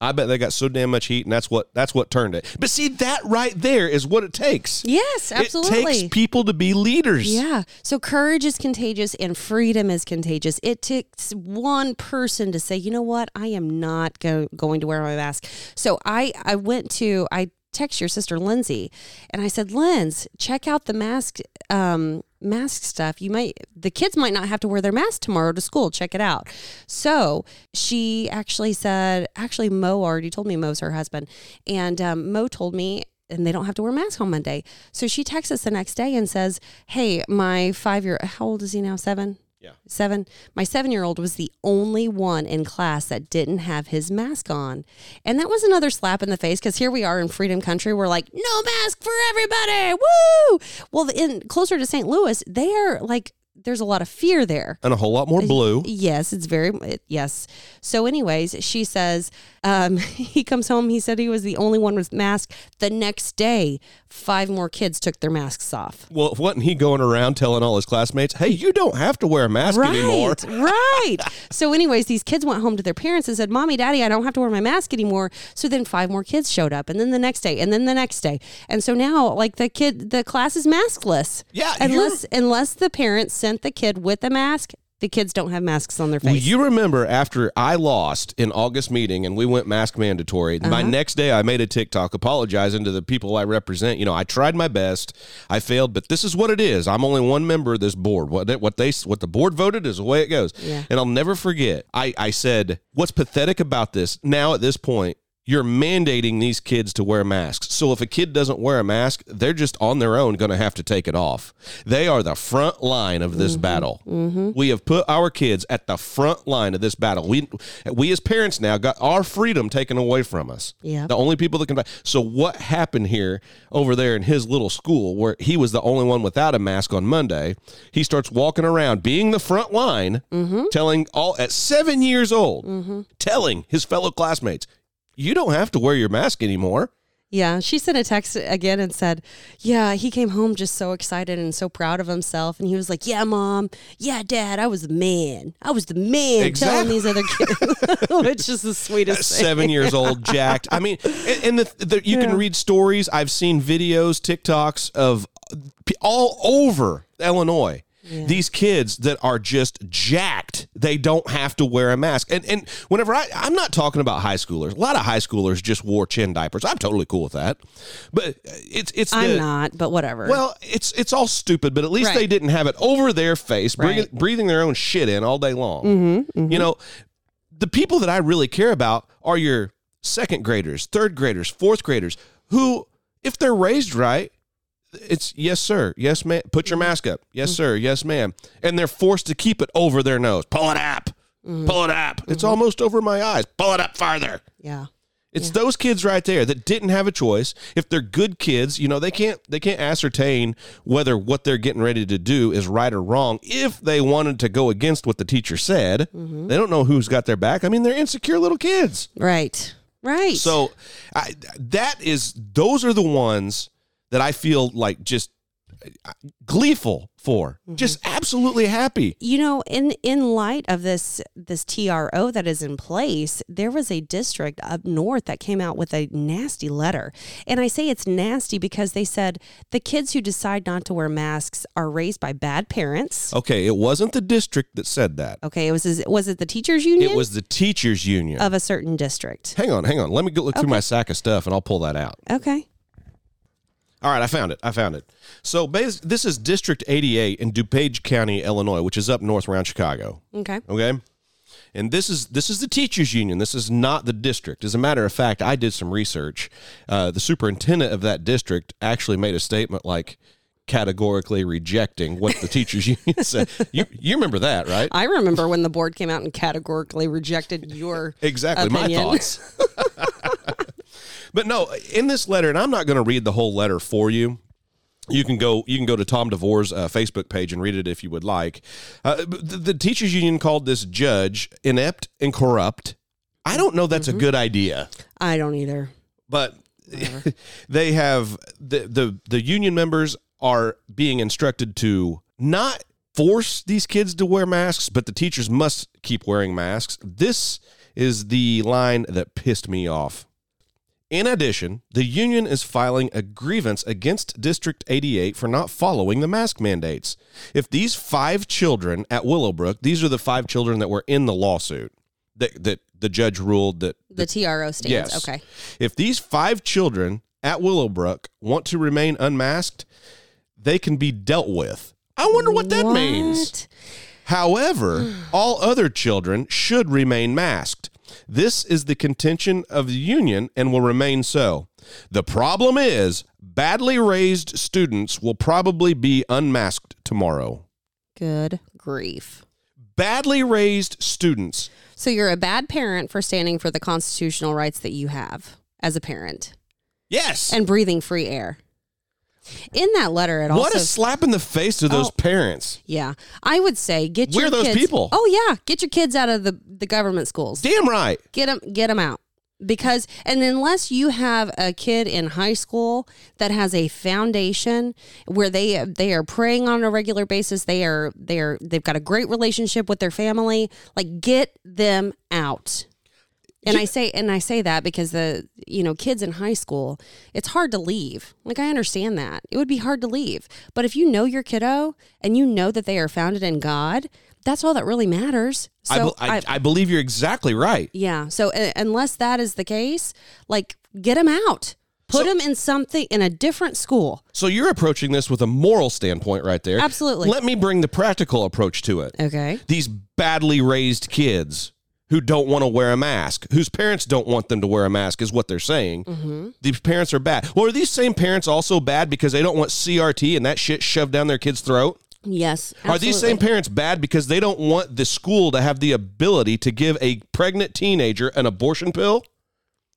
Speaker 1: I bet they got so damn much heat, and that's what that's what turned it. But see, that right there is what it takes.
Speaker 2: Yes, absolutely.
Speaker 1: It takes people to be leaders.
Speaker 2: Yeah. So courage is contagious and freedom is contagious. It takes one person to say, you know what, I am not go- going to wear my mask. So I, I went to, I text your sister Lindsay, and I said, Linz, check out the mask um, mask stuff. You might the kids might not have to wear their mask tomorrow to school. Check it out. So she actually said, actually Mo already told me Mo's her husband, and um, Mo told me. And they don't have to wear masks on Monday. So she texts us the next day and says, Hey, my five year how old is he now? Seven?
Speaker 1: Yeah.
Speaker 2: Seven. My seven year old was the only one in class that didn't have his mask on. And that was another slap in the face because here we are in freedom country. We're like, no mask for everybody. Woo! Well, in closer to St. Louis, they are like, there's a lot of fear there.
Speaker 1: And a whole lot more
Speaker 2: Uh,
Speaker 1: blue.
Speaker 2: Yes, it's very it- yes. So, anyways, she says um, [laughs] he comes home. He said he was the only one with mask. The next day, five more kids took their masks off.
Speaker 1: Well, wasn't he going around telling all his classmates, hey, you don't have to wear a mask anymore?
Speaker 2: right. So, anyways, these kids went home to their parents and said, "Mommy, Daddy, I don't have to wear my mask anymore." So then five more kids showed up, and then the next day, and then the next day, and so now, like the kid, the class is maskless.
Speaker 1: Yeah, you're-
Speaker 2: unless unless the parents sent the kid with a mask, the kids don't have masks on their
Speaker 1: Well,
Speaker 2: face.
Speaker 1: you remember after I lost in August meeting and we went mask mandatory. My
Speaker 2: Uh-huh.
Speaker 1: next day, I made a TikTok apologizing to the people I represent. You know, I tried my best, I failed, but this is what it is. I'm only one member of this board. What they, what they what the board voted is the way it goes.
Speaker 2: Yeah.
Speaker 1: And I'll never forget. I I said, what's pathetic about this now at this point. You're mandating these kids to wear masks. So if a kid doesn't wear a mask, they're just on their own going to have to take it off. They are the front line of this battle. We have put our kids at the front line of this battle. We we as parents now got our freedom taken away from us.
Speaker 2: Yep.
Speaker 1: The only people that can. So what happened here over there in his little school where he was the only one without a mask on Monday? He starts walking around being the front line, telling all at seven years old, telling his fellow classmates, "You don't have to wear your mask anymore."
Speaker 2: Yeah, she sent a text again and said, "Yeah, he came home just so excited and so proud of himself, and he was like, "Yeah, mom, yeah, dad, I was the man. I was the man telling
Speaker 1: Exactly. [laughs]
Speaker 2: these other kids." [laughs] Which is the
Speaker 1: at
Speaker 2: sweetest thing.
Speaker 1: seven years old, jacked. I mean, and, and the, the, you can read stories. I've seen videos, TikToks of p- all over Illinois. These kids that are just jacked, they don't have to wear a mask. And and whenever I, I'm not talking about high schoolers. A lot of high schoolers just wore chin diapers. I'm totally cool with that. But it's it's the,
Speaker 2: I'm not, but whatever.
Speaker 1: well, it's it's all stupid, but at least
Speaker 2: Right.
Speaker 1: they didn't have it over their face, breathing,
Speaker 2: Right. Mm-hmm,
Speaker 1: breathing their own shit in all day long. You know, the people that I really care about are your second graders, third graders, fourth graders, who, if they're raised right, it's yes sir, yes ma'am, put
Speaker 2: Mm-hmm.
Speaker 1: your mask up, yes sir, yes ma'am, and they're forced to keep it over their nose. Pull it up,
Speaker 2: Mm-hmm.
Speaker 1: pull it up. It's almost over my eyes. Pull it up farther.
Speaker 2: yeah.
Speaker 1: It's those kids right there that didn't have a choice. If they're good kids, you know, they can't they can't ascertain whether what they're getting ready to do is right or wrong. If they wanted to go against what the teacher said, they don't know who's got their back. I mean, they're insecure little kids.
Speaker 2: Right. Right.
Speaker 1: So I, that is those are the ones that I feel like just uh, gleeful for. Just absolutely happy.
Speaker 2: you know in in light of this this TRO that is in place there was a district up north that came out with a nasty letter and i say it's nasty because they said the kids who decide not to wear masks are raised by bad parents
Speaker 1: Okay, it wasn't the district that said that.
Speaker 2: okay it was was it the teachers union
Speaker 1: It was the teachers union.
Speaker 2: of a certain district
Speaker 1: hang on, hang on. Let me go look through my sack of stuff and I'll pull that out.
Speaker 2: okay
Speaker 1: All right, I found it. I found it. So bas- this is District 88 in DuPage County, Illinois, which is up north around Chicago.
Speaker 2: okay
Speaker 1: Okay, and this is this is the teachers union. This is not the district. As a matter of fact, I did some research. Uh, the superintendent of that district actually made a statement like categorically rejecting what the teachers [laughs] union said. You you remember that, right?
Speaker 2: i remember when the board came out and categorically rejected your
Speaker 1: [laughs] Exactly,
Speaker 2: opinion.
Speaker 1: my thoughts. but no, in this letter, and I'm not going to read the whole letter for you. You can go. You can go to Tom DeVore's uh, Facebook page and read it if you would like. Uh, but the, the teachers union called this judge inept and corrupt. I don't know that's a good idea,
Speaker 2: i don't either
Speaker 1: but [laughs] they have the, the the union members are being instructed to not force these kids to wear masks, but the teachers must keep wearing masks. This is the line that pissed me off. In addition, the union is filing a grievance against District 88 for not following the mask mandates. If these five children at Willowbrook, these are the five children that were in the lawsuit that, that the judge ruled that
Speaker 2: the tro stands okay
Speaker 1: if these five children at Willowbrook want to remain unmasked, they can be dealt with. I wonder what that means.
Speaker 2: What? [sighs]
Speaker 1: However, all other children should remain masked. This is the contention of the union and will remain so. The problem is, badly raised students will probably be unmasked tomorrow.
Speaker 2: Good grief.
Speaker 1: Badly raised students.
Speaker 2: So you're a bad parent for standing for the constitutional rights that you have as a parent
Speaker 1: Yes.
Speaker 2: and breathing free air. In that letter, it
Speaker 1: what
Speaker 2: also
Speaker 1: a slap in the face to those
Speaker 2: Oh.
Speaker 1: parents.
Speaker 2: yeah, I would say get
Speaker 1: We're
Speaker 2: your
Speaker 1: those
Speaker 2: kids-
Speaker 1: people.
Speaker 2: Oh yeah, get your kids out of the the government schools.
Speaker 1: Damn right.
Speaker 2: Get them get them out because and unless you have a kid in high school that has a foundation where they they are praying on a regular basis, they are they are they've got a great relationship with their family. Like get them out. And I say and I say that because the you know kids in high school, it's hard to leave. Like I understand that. It would be hard to leave. But if you know your kiddo and you know that they are founded in God, that's all that really matters. So
Speaker 1: I, be- I, I believe you're exactly right.
Speaker 2: yeah. So uh, unless that is the case, like get them out. Put them in something in a different school.
Speaker 1: So you're approaching this with a moral standpoint right there.
Speaker 2: Absolutely.
Speaker 1: Let me bring the practical approach to it.
Speaker 2: Okay.
Speaker 1: these badly raised kids who don't want to wear a mask, whose parents don't want them to wear a mask, is what they're saying.
Speaker 2: Mm-hmm.
Speaker 1: These parents are bad. Well, are these same parents also bad because they don't want CRT and that shit shoved down their kid's throat?
Speaker 2: Yes.
Speaker 1: Are these same parents bad because they don't want the school to have the ability to give a pregnant teenager an abortion pill?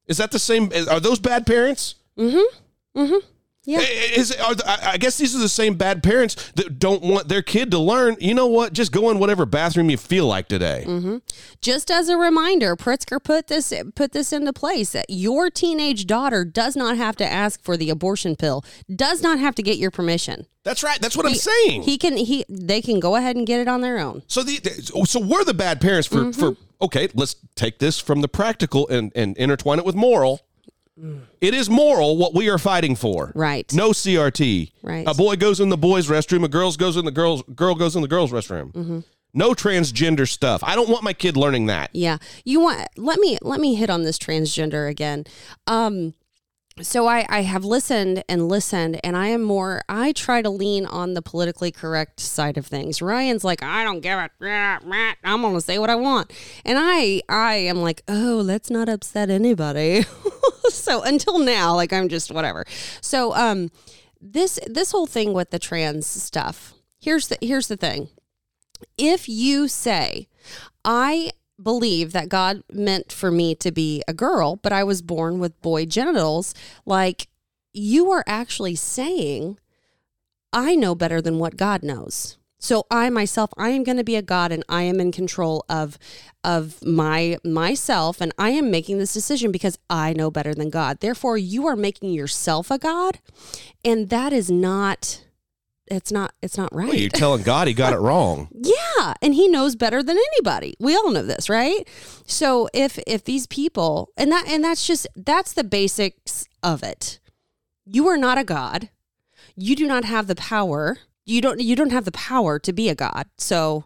Speaker 1: Is that the same? Are those bad parents?
Speaker 2: Mm-hmm. Yeah.
Speaker 1: Is are the, I I guess these are the same bad parents that don't want their kid to learn. You know what? Just go in whatever bathroom you feel like today.
Speaker 2: Mm-hmm. Just as a reminder, Pritzker put this put this into place that your teenage daughter does not have to ask for the abortion pill, does not have to get your permission.
Speaker 1: That's right. That's what I'm saying.
Speaker 2: He can he they can go ahead and get it on their own.
Speaker 1: so the the- so we're the bad parents for
Speaker 2: Mm-hmm.
Speaker 1: for okay. Let's take this from the practical and and intertwine it with moral. It is moral what we are fighting for.
Speaker 2: Mm. Right.
Speaker 1: No CRT.
Speaker 2: Right.
Speaker 1: A boy goes in the boys' restroom. A girl goes in the girls. Girl goes in the girls' restroom. No transgender stuff. I don't want my kid learning that.
Speaker 2: Mm-hmm. Yeah. You want let me let me hit on this transgender again. Um so I I have listened and listened and I am more I try to lean on the politically correct side of things. Ryan's like I don't give a rah, rah, I'm going to say what I want. And I I am like, "Oh, let's not upset anybody." [laughs] so until now like I'm just whatever. So um this this whole thing with the trans stuff. Here's the here's the thing if you say, I believe that God meant for me to be a girl, but I was born with boy genitals, like you are actually saying, I know better than what God knows. So I myself, I am going to be a God and I am in control of of my myself and I am making this decision because I know better than God. Therefore, you are making yourself a God and that is not it's not it's not right.
Speaker 1: Well, you're telling God he got it
Speaker 2: [laughs]
Speaker 1: wrong.
Speaker 2: Yeah, and he knows better than anybody. We all know this, right? So if if these people and that and that's just that's the basics of it. You are not a god. You do not have the power. You don't you don't have the power to be a god. So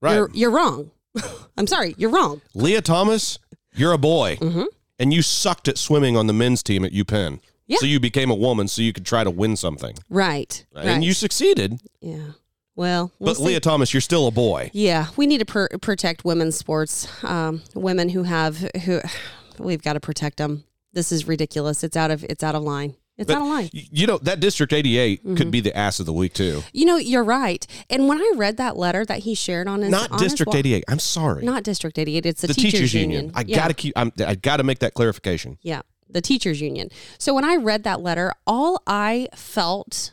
Speaker 1: Right.
Speaker 2: you're you're wrong. [laughs] I'm sorry, you're wrong.
Speaker 1: Leah Thomas, you're a boy.
Speaker 2: Mm-hmm.
Speaker 1: And you sucked at swimming on the men's team at UPenn.
Speaker 2: Yeah.
Speaker 1: So you became a woman so you could try to win something.
Speaker 2: Right. right.
Speaker 1: And you succeeded.
Speaker 2: yeah. Well, we'll
Speaker 1: but
Speaker 2: see.
Speaker 1: Leah Thomas, you're still a boy.
Speaker 2: Yeah, we need to pr- protect women's sports. Um, women who have who [sighs] we've got to protect them. This is ridiculous. It's out of it's out of line. It's out of line.
Speaker 1: Y- You know, that District 88
Speaker 2: Mm-hmm.
Speaker 1: could be the ass of the week, too.
Speaker 2: You know, you're right. And when I read that letter that he shared on his
Speaker 1: Not
Speaker 2: on his
Speaker 1: District
Speaker 2: wall-
Speaker 1: 88. I'm sorry.
Speaker 2: not District 88, it's the,
Speaker 1: the
Speaker 2: teachers, union.
Speaker 1: I
Speaker 2: Yeah.
Speaker 1: gotta keep. I'm, I gotta make that clarification.
Speaker 2: Yeah, the teachers union. So when I read that letter, all I felt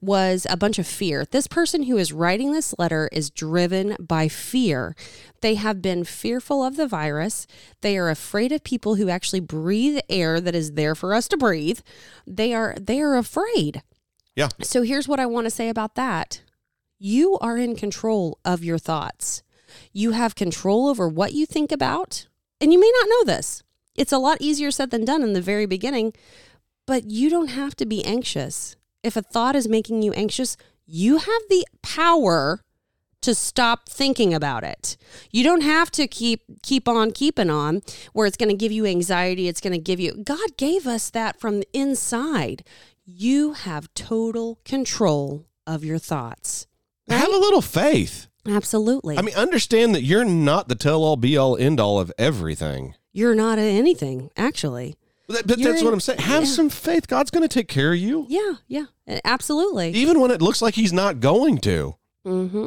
Speaker 2: was a bunch of fear. This person who is writing this letter is driven by fear. They have been fearful of the virus. They are afraid of people who actually breathe air that is there for us to breathe. They are they are afraid.
Speaker 1: Yeah.
Speaker 2: So here's what I want to say about that. You are in control of your thoughts. You have control over what you think about, and you may not know this. It's a lot easier said than done in the very beginning, but you don't have to be anxious. If a thought is making you anxious, you have the power to stop thinking about it. You don't have to keep keep on keeping on where it's going to give you anxiety, it's going to give you God gave us that from the inside. You have total control of your thoughts.
Speaker 1: Have a little faith.
Speaker 2: Absolutely.
Speaker 1: I mean, understand that you're not the tell all be all end all of everything.
Speaker 2: You're not anything, actually.
Speaker 1: But, but
Speaker 2: You're
Speaker 1: that's
Speaker 2: in-
Speaker 1: what I'm saying. Have
Speaker 2: yeah.
Speaker 1: some faith. God's going to take care of you,
Speaker 2: Yeah, yeah. Absolutely.
Speaker 1: even when it looks like He's not going
Speaker 2: [laughs]
Speaker 1: to.
Speaker 2: Mm-hmm.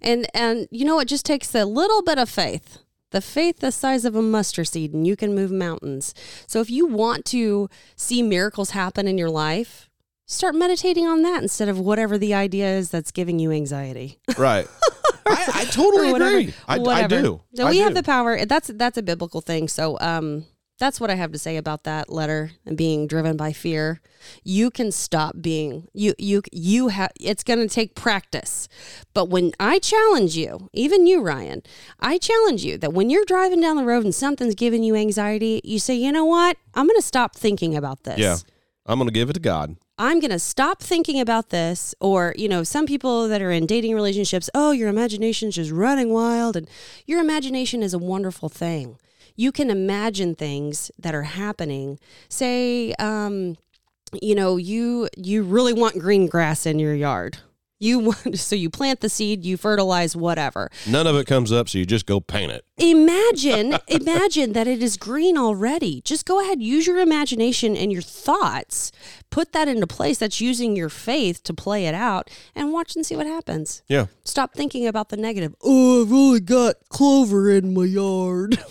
Speaker 2: And and you know it just takes a little bit of faith. The faith the size of a mustard seed and you can move mountains. So if you want to see miracles happen in your life, start meditating on that instead of whatever the idea is that's giving you anxiety.
Speaker 1: Right. I, I totally
Speaker 2: Or whatever-
Speaker 1: agree. I, I
Speaker 2: whatever.
Speaker 1: do.
Speaker 2: So
Speaker 1: I
Speaker 2: we have
Speaker 1: do.
Speaker 2: the power. That's that's a biblical thing. So um that's what I have to say about that letter and being driven by fear. You can stop being you you you have it's going to take practice. But when I challenge you, even you Ryan, I challenge you that when you're driving down the road and something's giving you anxiety, you say, "You know what? I'm going to stop thinking about this."
Speaker 1: Yeah. I'm going to give it to God.
Speaker 2: I'm going to stop thinking about this. Or, you know, some people that are in dating relationships, oh, your imagination's just running wild. And your imagination is a wonderful thing. You can imagine things that are happening. Say, um, you know, you you really want green grass in your yard. You [laughs] want so you plant the seed, you fertilize whatever.
Speaker 1: None of it comes up, so you just go paint it.
Speaker 2: Imagine, imagine that it is green already. Just go ahead, use your imagination and your thoughts. Put that into place. That's using your faith to play it out and watch and see what happens.
Speaker 1: Yeah.
Speaker 2: Stop thinking about the negative. Oh, I've only got clover in my yard.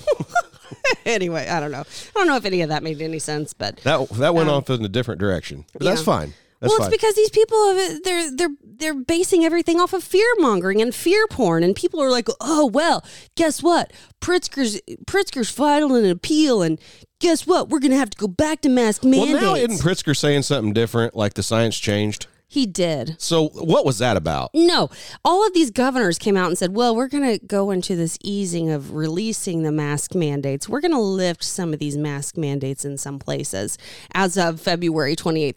Speaker 2: [laughs] anyway, I don't know. I don't know if any of that made any sense, but
Speaker 1: That that went off in a different direction. But that's
Speaker 2: Um, yeah.
Speaker 1: fine. That's
Speaker 2: well,
Speaker 1: fine.
Speaker 2: it's because these people have, they're they're they're basing everything off of fear mongering and fear porn, and people are like, oh well, guess what? Pritzker's Pritzker's filing an appeal, and guess what? We're gonna have to go back to mask
Speaker 1: well,
Speaker 2: mandates.
Speaker 1: now isn't Pritzker saying something different? Like the science changed.
Speaker 2: he did.
Speaker 1: So what was that about?
Speaker 2: No, all of these governors came out and said, "Well, we're going to go into this easing of releasing the mask mandates. We're going to lift some of these mask mandates in some places as of February 28th."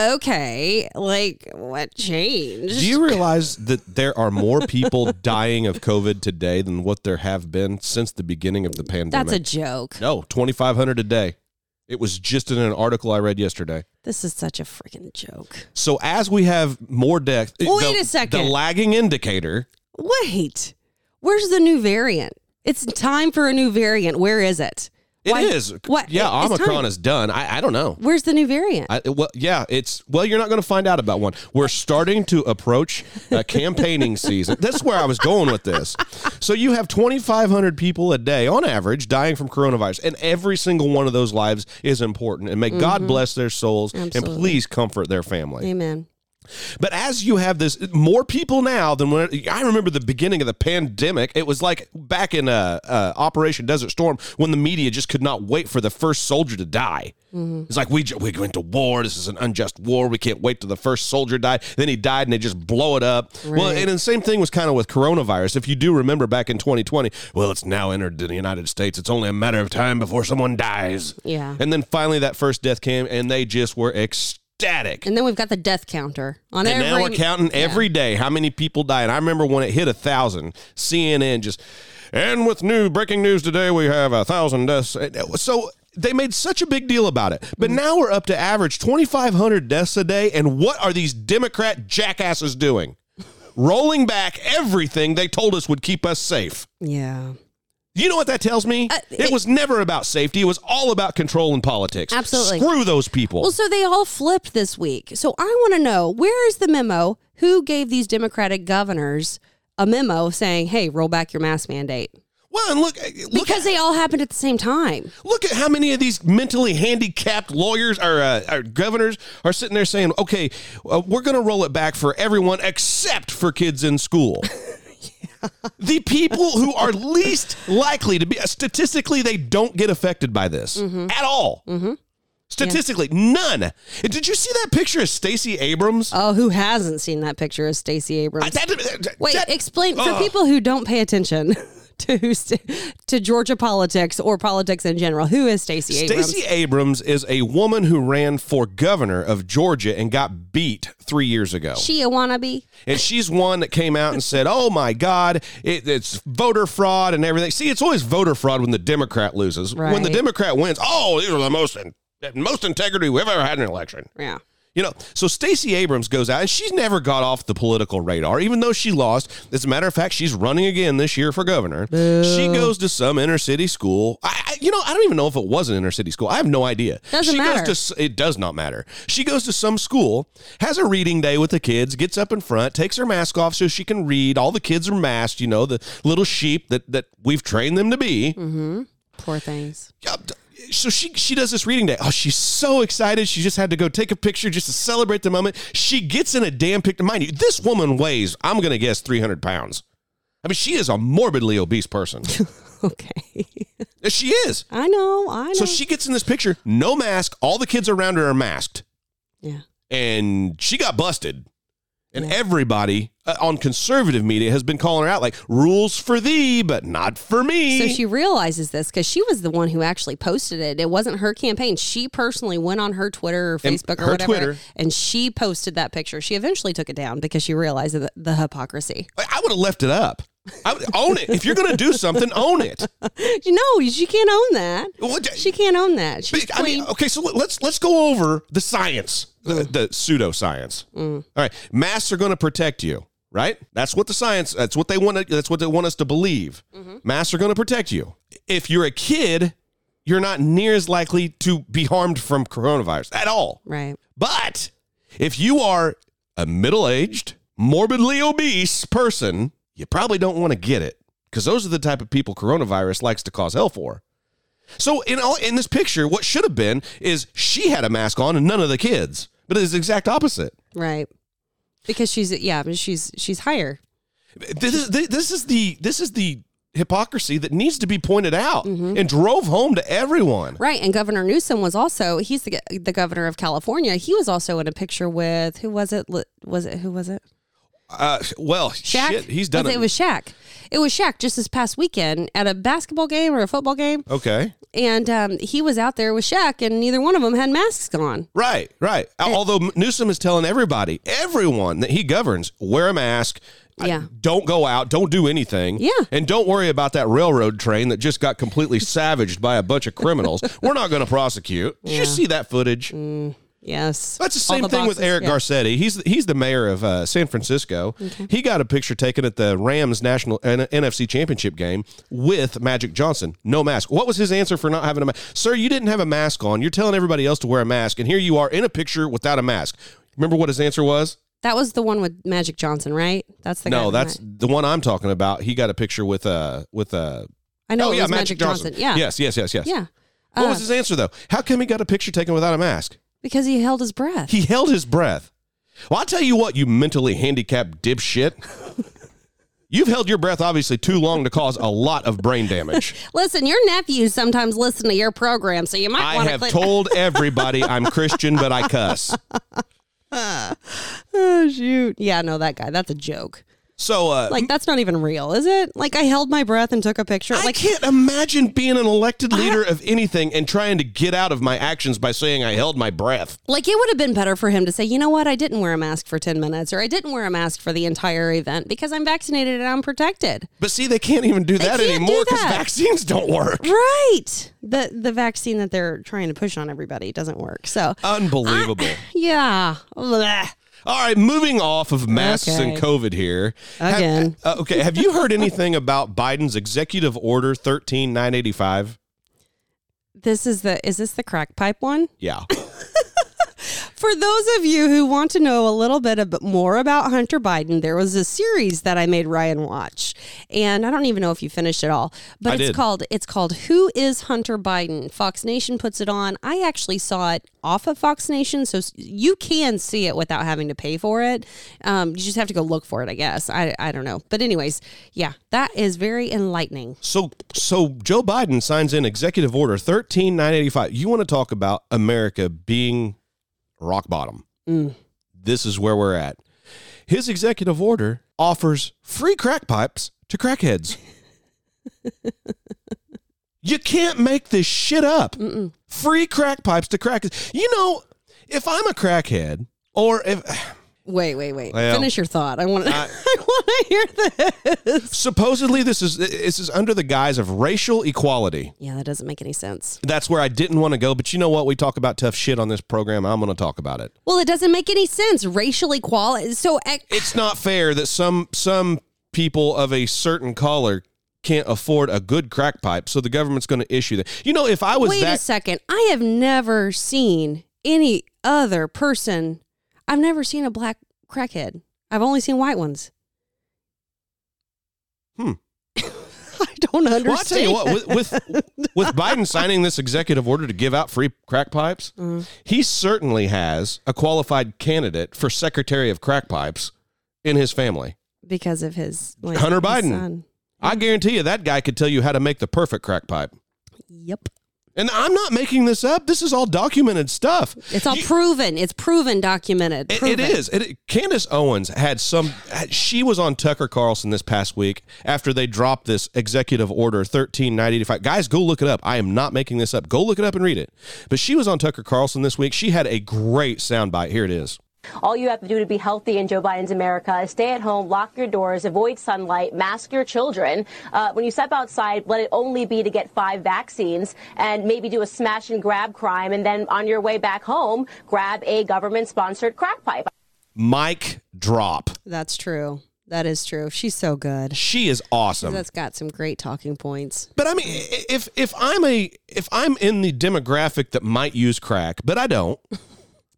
Speaker 2: Okay, like what changed?
Speaker 1: Do you realize that there are more people [laughs] dying of COVID today than what there have been since the beginning of the pandemic?
Speaker 2: That's a joke.
Speaker 1: no, twenty five hundred a day. It was just in an article I read yesterday.
Speaker 2: This is such a freaking joke.
Speaker 1: So as we have more death,
Speaker 2: Wait
Speaker 1: the-
Speaker 2: a second.
Speaker 1: The lagging indicator.
Speaker 2: Wait, where's the new variant? It's time for a new variant. Where is it?
Speaker 1: It is.
Speaker 2: Why- What?
Speaker 1: Yeah,
Speaker 2: it's
Speaker 1: Omicron
Speaker 2: time.
Speaker 1: is done. I, I don't know.
Speaker 2: Where's the new variant?
Speaker 1: I, well, yeah, it's well. You're not going to find out about one. We're starting to approach uh, campaigning season. That's where I was going with this. So you have 2,500 people a day on average dying from coronavirus, and every single one of those lives is important. And may God bless their souls and
Speaker 2: Absolutely.
Speaker 1: please comfort their family.
Speaker 2: Amen.
Speaker 1: But as you have this, more people now than when I remember the beginning of the pandemic. It was like back in uh, uh, Operation Desert Storm when the media just could not wait for the first soldier to die.
Speaker 2: Mm-hmm.
Speaker 1: It's like we ju- we went to war. This is an unjust war. We can't wait till the first soldier died. Then he died, and they just blow it up. Well,
Speaker 2: Right.
Speaker 1: and the same thing was kind of with coronavirus. If you do remember back in 2020, well, it's now entered the United States. It's only a matter of time before someone dies.
Speaker 2: Yeah.
Speaker 1: And then finally, that first death came, and they just were ecstatic.
Speaker 2: And then we've got the death counter on
Speaker 1: And
Speaker 2: every.
Speaker 1: now we're counting every day how many people died. I remember when it hit a thousand, CNN just, and with new breaking news today, we have a thousand deaths. So they made such a big deal about it. But
Speaker 2: Mm-hmm.
Speaker 1: now we're up to average 2,500 deaths a day. And what are these Democrat jackasses doing? Rolling back everything they told us would keep us safe.
Speaker 2: yeah.
Speaker 1: You know what that tells me?
Speaker 2: Uh,
Speaker 1: it,
Speaker 2: it-
Speaker 1: was never about safety. It was all about control and politics.
Speaker 2: Absolutely.
Speaker 1: Screw those people.
Speaker 2: Well, so they all flipped this week. So I want to know where is the memo? Who gave these Democratic governors a memo saying, "Hey, roll back your mask mandate"?
Speaker 1: well, and look, look
Speaker 2: Because they all happened at the same time.
Speaker 1: Look at how many of these mentally handicapped lawyers or, uh, or governors are sitting there saying, okay, uh, we're going to roll it back for everyone except for kids in
Speaker 2: [laughs]
Speaker 1: school. The people who are least likely to be statistically, they don't get affected by this
Speaker 2: Mm-hmm.
Speaker 1: at all. Statistically, none. And did you see that picture of Stacey Abrams?
Speaker 2: Oh, who hasn't seen that picture of Stacey Abrams?
Speaker 1: I- that- that-
Speaker 2: Wait,
Speaker 1: that-
Speaker 2: explain for
Speaker 1: Ugh.
Speaker 2: people who don't pay attention. [laughs] to who's to, to Georgia politics or politics in general. Who is Stacey Abrams?
Speaker 1: Stacey Abrams is a woman who ran for governor of Georgia and got beat three years ago.
Speaker 2: she a wannabe?
Speaker 1: And she's one that came out and said, "Oh my God, it, it's voter fraud and everything." See, it's always voter fraud when the Democrat loses. When the
Speaker 2: Right.
Speaker 1: Democrat wins, oh, these are the most most integrity we've ever had in an election.
Speaker 2: Yeah.
Speaker 1: You know, so Stacey Abrams goes out and she's never got off the political radar, even though she lost. As a matter of fact, she's running again this year for governor. She goes to some inner city school. I, I, you know, I don't even know if it was an inner city school. I have no idea.
Speaker 2: Doesn't
Speaker 1: she
Speaker 2: matter.
Speaker 1: Goes to, s- it does not matter. She goes to some school, has a reading day with the kids, gets up in front, takes her mask off so she can read. All the kids are masked, you know, the little sheep that, that we've trained them to be.
Speaker 2: Poor things. [laughs]
Speaker 1: Yeah, d- so she she does this reading day. Oh, she's so excited. She just had to go take a picture just to celebrate the moment. She gets in a damn picture. Mind you, this woman weighs, I'm going to guess, 300 pounds. I mean, she is a morbidly obese
Speaker 2: [laughs]
Speaker 1: person.
Speaker 2: Okay.
Speaker 1: she is.
Speaker 2: I know. I know.
Speaker 1: So she gets in this picture, no mask. All the kids around her are masked.
Speaker 2: yeah.
Speaker 1: And she got busted. And everybody uh, on conservative media has been calling her out like, rules for thee, but not for me.
Speaker 2: So she realizes this because she was the one who actually posted it. It wasn't her campaign. She personally went on her Twitter or
Speaker 1: And
Speaker 2: Facebook
Speaker 1: her
Speaker 2: or whatever,
Speaker 1: Twitter.
Speaker 2: and she posted that picture. She eventually took it down because she realized the, the hypocrisy.
Speaker 1: I- I would have left it up. I would own it. If you're going to do something, own it.
Speaker 2: You know, she can't own that.
Speaker 1: Well, d-
Speaker 2: She can't own that. She's
Speaker 1: I mean, uh,
Speaker 2: clean.
Speaker 1: okay, so let- let's let's go over the science, the, the pseudoscience. All right, masks are going to protect you, right? That's what the science. That's what they want. to That's what they want us to believe. Masks are going to protect you. If you're a kid, you're not near as likely to be harmed from coronavirus at all.
Speaker 2: right.
Speaker 1: But if you are a middle aged, morbidly obese person, you probably don't want to get it because those are the type of people coronavirus likes to cause hell for. So in all in this picture, what should have been is she had a mask on and none of the kids, but it's the exact opposite.
Speaker 2: Right. Because she's yeah, but she's she's higher.
Speaker 1: This is this is the this is the hypocrisy that needs to be pointed out
Speaker 2: Mm-hmm.
Speaker 1: and drove home to everyone.
Speaker 2: Right. And Governor Newsom was also he's the the governor of California. He was also in a picture with who was it? Li- Was it who was it?
Speaker 1: Uh, well,
Speaker 2: Shaq.
Speaker 1: shit, he's done
Speaker 2: Was
Speaker 1: it.
Speaker 2: it. It was Shaq. It was Shaq just this past weekend at a basketball game or a football game,
Speaker 1: okay.
Speaker 2: and um, he was out there with Shaq, and neither one of them had masks on.
Speaker 1: Right, right. Although Newsom is telling everybody, everyone that he governs, wear a mask.
Speaker 2: Yeah.
Speaker 1: Don't go out. Don't do anything.
Speaker 2: Yeah.
Speaker 1: And don't worry about that railroad train that just got completely [laughs] savaged by a bunch of criminals. We're not going to prosecute. Did you see that footage?
Speaker 2: Yes,
Speaker 1: That's the
Speaker 2: All
Speaker 1: same thing with
Speaker 2: boxes,
Speaker 1: Eric
Speaker 2: yeah.
Speaker 1: Garcetti. He's he's the mayor of uh, San Francisco. He got a picture taken at the Rams National N- NFC Championship game with Magic Johnson, no mask. What was his answer for not having a mask? Sir, you didn't have a mask on. You're telling everybody else to wear a mask, and here you are in a picture without a mask. Remember what his answer was?
Speaker 2: That was the one with Magic Johnson, right? That's the guy
Speaker 1: No,
Speaker 2: with
Speaker 1: that's
Speaker 2: Ma-
Speaker 1: the one I'm talking about. He got a picture with uh with uh
Speaker 2: I know.
Speaker 1: oh
Speaker 2: it
Speaker 1: yeah
Speaker 2: was
Speaker 1: Magic, Johnson.
Speaker 2: Yeah,
Speaker 1: Yes, yes, yes, yes.
Speaker 2: yeah.
Speaker 1: What
Speaker 2: Uh,
Speaker 1: was his answer though? How come he got a picture taken without a mask?
Speaker 2: because he held his breath.
Speaker 1: He held his breath. Well, I'll tell you what, you mentally handicapped dipshit. You've held your breath obviously too long to cause a lot of brain
Speaker 2: [laughs]
Speaker 1: damage.
Speaker 2: Listen, your nephews sometimes listen to your program, so you might
Speaker 1: I
Speaker 2: want to
Speaker 1: have
Speaker 2: click.
Speaker 1: told everybody I'm Christian, but I cuss.
Speaker 2: oh shoot! Yeah, no, that guy. That's a joke.
Speaker 1: So, uh,
Speaker 2: [laughs] Like that's not even real, is it? Like I held my breath and took a picture.
Speaker 1: I
Speaker 2: like
Speaker 1: can't imagine being an elected leader of anything and trying to get out of my actions by saying I held my breath.
Speaker 2: Like it would have been better for him to say, you know what, I didn't wear a mask for 10 minutes or I didn't wear a mask for the entire event because I'm vaccinated and I'm protected.
Speaker 1: But see, they can't even do that
Speaker 2: can't do
Speaker 1: anymore because
Speaker 2: that.
Speaker 1: vaccines don't work.
Speaker 2: [laughs] Right. The the vaccine that they're trying to push on everybody doesn't work. So
Speaker 1: Unbelievable.
Speaker 2: yeah. Blech.
Speaker 1: All right, moving off of masks and
Speaker 2: Okay.
Speaker 1: COVID here. Have-
Speaker 2: Again.
Speaker 1: uh, okay, have you heard anything about Biden's executive order 13985?
Speaker 2: This is the is this the crack pipe one?
Speaker 1: Yeah.
Speaker 2: For those of you who want to know a little bit ab- more about Hunter Biden, there was a series that I made Ryan watch, and I don't even know if you finished it all, but
Speaker 1: I
Speaker 2: it's
Speaker 1: did.
Speaker 2: called it's called Who is Hunter Biden? Fox Nation puts it on. I actually saw it off of Fox Nation, so s- you can see it without having to pay for it. Um, you just have to go look for it, I guess. I I don't know, but anyways, yeah, that is very enlightening.
Speaker 1: So so Joe Biden signs in executive order 13985. You want to talk about America being rock bottom. This is where we're at. His executive order offers free crack pipes to crackheads. You can't make this shit up.
Speaker 2: Mm-mm.
Speaker 1: Free crack pipes to crack. You know, if I'm a crackhead, or if
Speaker 2: Wait, wait, wait.
Speaker 1: Well,
Speaker 2: Finish your thought. I want to.
Speaker 1: I-
Speaker 2: [laughs] I, want to hear this.
Speaker 1: supposedly this is this is under the guise of racial equality.
Speaker 2: Yeah, that doesn't make any sense.
Speaker 1: That's where I didn't want to go, but you know what? We talk about tough shit on this program. I'm going to talk about it.
Speaker 2: Well, it doesn't make any sense. Racial equality. So, ec-
Speaker 1: It's not fair that some some people of a certain color can't afford a good crack pipe, so the government's going to issue that. You know, if I was
Speaker 2: wait a
Speaker 1: that
Speaker 2: second. I have never seen any other person. I've never seen a black crackhead. I've only seen white ones.
Speaker 1: Hmm.
Speaker 2: [laughs] I don't understand.
Speaker 1: Well, I tell you what, with
Speaker 2: [laughs]
Speaker 1: with, with Biden signing this executive order to give out free crack pipes,
Speaker 2: Mm.
Speaker 1: he certainly has a qualified candidate for secretary of crack pipes in his family.
Speaker 2: because of his like,
Speaker 1: Hunter
Speaker 2: his
Speaker 1: Biden.
Speaker 2: son.
Speaker 1: I
Speaker 2: Mm.
Speaker 1: guarantee you that guy could tell you how to make the perfect crack pipe. [laughs]
Speaker 2: Yep.
Speaker 1: And I'm not making this up. This is all documented stuff.
Speaker 2: It's all
Speaker 1: You-
Speaker 2: proven. It's proven, documented.
Speaker 1: It, it
Speaker 2: Proven.
Speaker 1: is. It, it- Candace Owens had some. had- She was on Tucker Carlson this past week after they dropped this executive order thirteen ninety five. Guys, go look it up. I am not making this up. Go look it up and read it. But she was on Tucker Carlson this week. She had a great soundbite. Here it is.
Speaker 3: All you have to do to be healthy in Joe Biden's America is stay at home, lock your doors, avoid sunlight, mask your children. Uh, when you step outside, let it only be to get five vaccines and maybe do a smash and grab crime. And then on your way back home, grab a government sponsored crack pipe.
Speaker 1: Mike drop.
Speaker 2: That's true. That is true. She's so good.
Speaker 1: She is awesome.
Speaker 2: That's got some great talking points.
Speaker 1: But I mean, i- if if I'm a if I'm in the demographic that might use crack, but I don't. [laughs]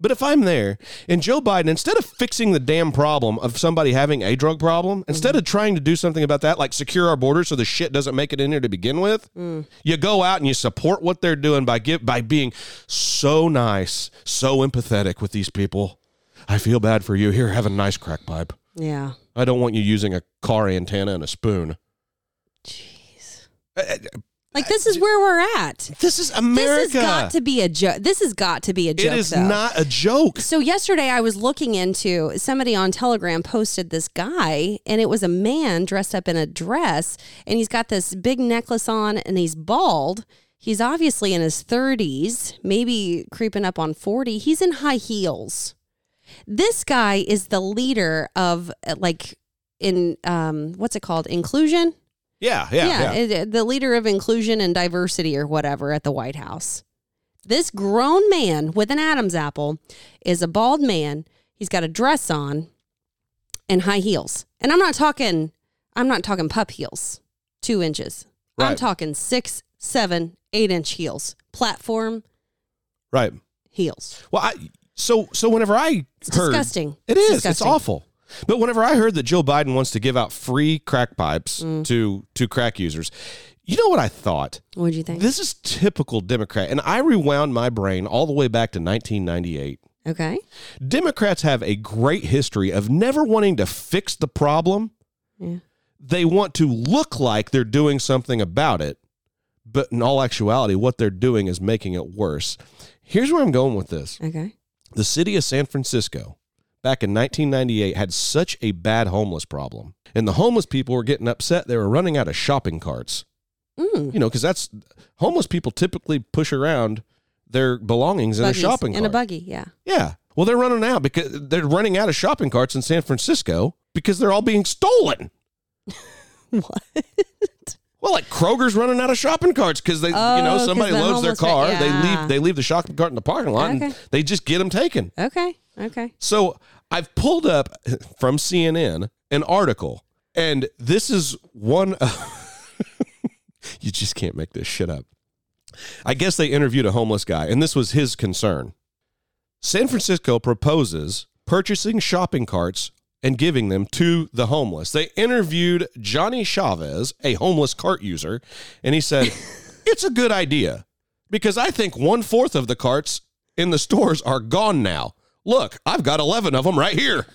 Speaker 1: But if I'm there and Joe Biden, instead of fixing the damn problem of somebody having a drug problem, instead of trying to do something about that, like secure our borders so the shit doesn't make it in here to begin with, you go out and you support what they're doing by give, by being so nice, so empathetic with these people. I feel bad for you. Here, have a nice crack pipe.
Speaker 2: Yeah.
Speaker 1: I don't want you using a car antenna and a spoon.
Speaker 2: Jeez.
Speaker 1: Uh, uh,
Speaker 2: Like this is where we're at.
Speaker 1: This is America.
Speaker 2: This has got to be a joke. This has got to be a joke.
Speaker 1: It is
Speaker 2: though.
Speaker 1: not a joke.
Speaker 2: So yesterday I was looking into somebody on Telegram posted this guy and it was a man dressed up in a dress and he's got this big necklace on and he's bald. He's obviously in his 30s, maybe creeping up on 40. He's in high heels. This guy is the leader of uh, like in um what's it called? Inclusion?
Speaker 1: Yeah, yeah, yeah.
Speaker 2: it- the leader of inclusion and diversity or whatever at the White House. This grown man with an Adam's apple is a bald man. He's got a dress on and high heels. And I'm not talking, I'm not talking pup heels, two inches. I'm
Speaker 1: Right.
Speaker 2: talking six, seven, eight inch heels, platform
Speaker 1: Right.
Speaker 2: heels.
Speaker 1: Well, I so so whenever I
Speaker 2: It's
Speaker 1: heard
Speaker 2: disgusting.
Speaker 1: it is it's
Speaker 2: disgusting.
Speaker 1: awful. But whenever I heard that Joe Biden wants to give out free crack pipes
Speaker 2: Mm.
Speaker 1: to to crack users, you know what I thought?
Speaker 2: What'd you think?
Speaker 1: This is typical Democrat, and I rewound my brain all the way back to 1998.
Speaker 2: okay.
Speaker 1: Democrats have a great history of never wanting to fix the problem.
Speaker 2: Yeah.
Speaker 1: They want to look like they're doing something about it, but in all actuality, what they're doing is making it worse. Here's where I'm going with this
Speaker 2: Okay.
Speaker 1: the city of San Francisco back in 1998 had such a bad homeless problem. And the homeless people were getting upset. They were running out of shopping carts.
Speaker 2: Mm.
Speaker 1: You know, because that's homeless people typically push around their belongings in
Speaker 2: Buggies.
Speaker 1: a shopping cart.
Speaker 2: In a buggy,
Speaker 1: [laughs]
Speaker 2: yeah.
Speaker 1: Yeah. Well, they're running out because they're running out of shopping carts in San Francisco because they're all being stolen.
Speaker 2: What?
Speaker 1: Well, like Kroger's running out of shopping carts because they, you
Speaker 2: Oh,
Speaker 1: know,
Speaker 2: 'cause
Speaker 1: somebody
Speaker 2: the
Speaker 1: loads their
Speaker 2: homeless guy-
Speaker 1: car, they
Speaker 2: yeah.
Speaker 1: leave, they leave the shopping cart in the parking lot, and
Speaker 2: Okay.
Speaker 1: they just get them taken.
Speaker 2: [laughs] Okay. Okay.
Speaker 1: So I've pulled up [laughs] from CNN an article, and this is one. of- [laughs] you just can't make this shit up. I guess they interviewed a homeless guy, and this was his concern. San Francisco proposes purchasing shopping carts and giving them to the homeless. They interviewed Johnny Chavez, a homeless cart user, and he said, It's a good idea because I think one fourth of the carts in the stores are gone now. Look, I've got 11 of them right here.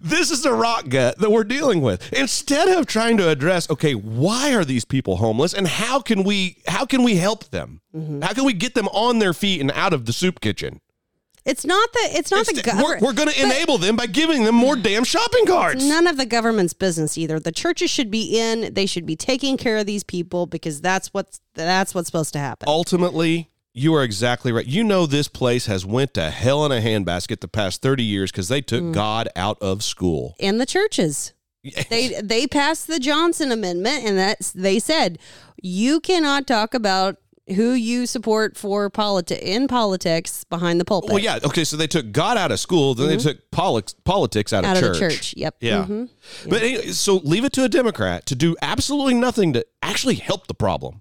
Speaker 1: this is the rock gut that we're dealing with instead of trying to address okay why are these people homeless and how can we how can we help them how can we get them on their feet and out of the soup kitchen
Speaker 2: It's not the it's not the
Speaker 1: It's-
Speaker 2: government.
Speaker 1: we're we're going to enable them by giving them more damn shopping carts.
Speaker 2: None of the government's business either. The churches should be in. They should be taking care of these people because that's what's that's what's supposed to
Speaker 1: Oh.
Speaker 2: happen.
Speaker 1: ultimately you are exactly right you know this place has went to hell in a handbasket the past 30 years because they
Speaker 2: Mm.
Speaker 1: took god out of school
Speaker 2: and the churches. They they passed the Johnson Amendment, and that's they said you cannot talk about who you support for politi- in politics behind the pulpit.
Speaker 1: well yeah okay so they took god out of school then they took politics politics out,
Speaker 2: Mm-hmm. out
Speaker 1: of,
Speaker 2: of
Speaker 1: church.
Speaker 2: the church. Yep.
Speaker 1: yeah
Speaker 2: Mhm.
Speaker 1: but anyway, so leave it to a democrat to do absolutely nothing to actually help the problem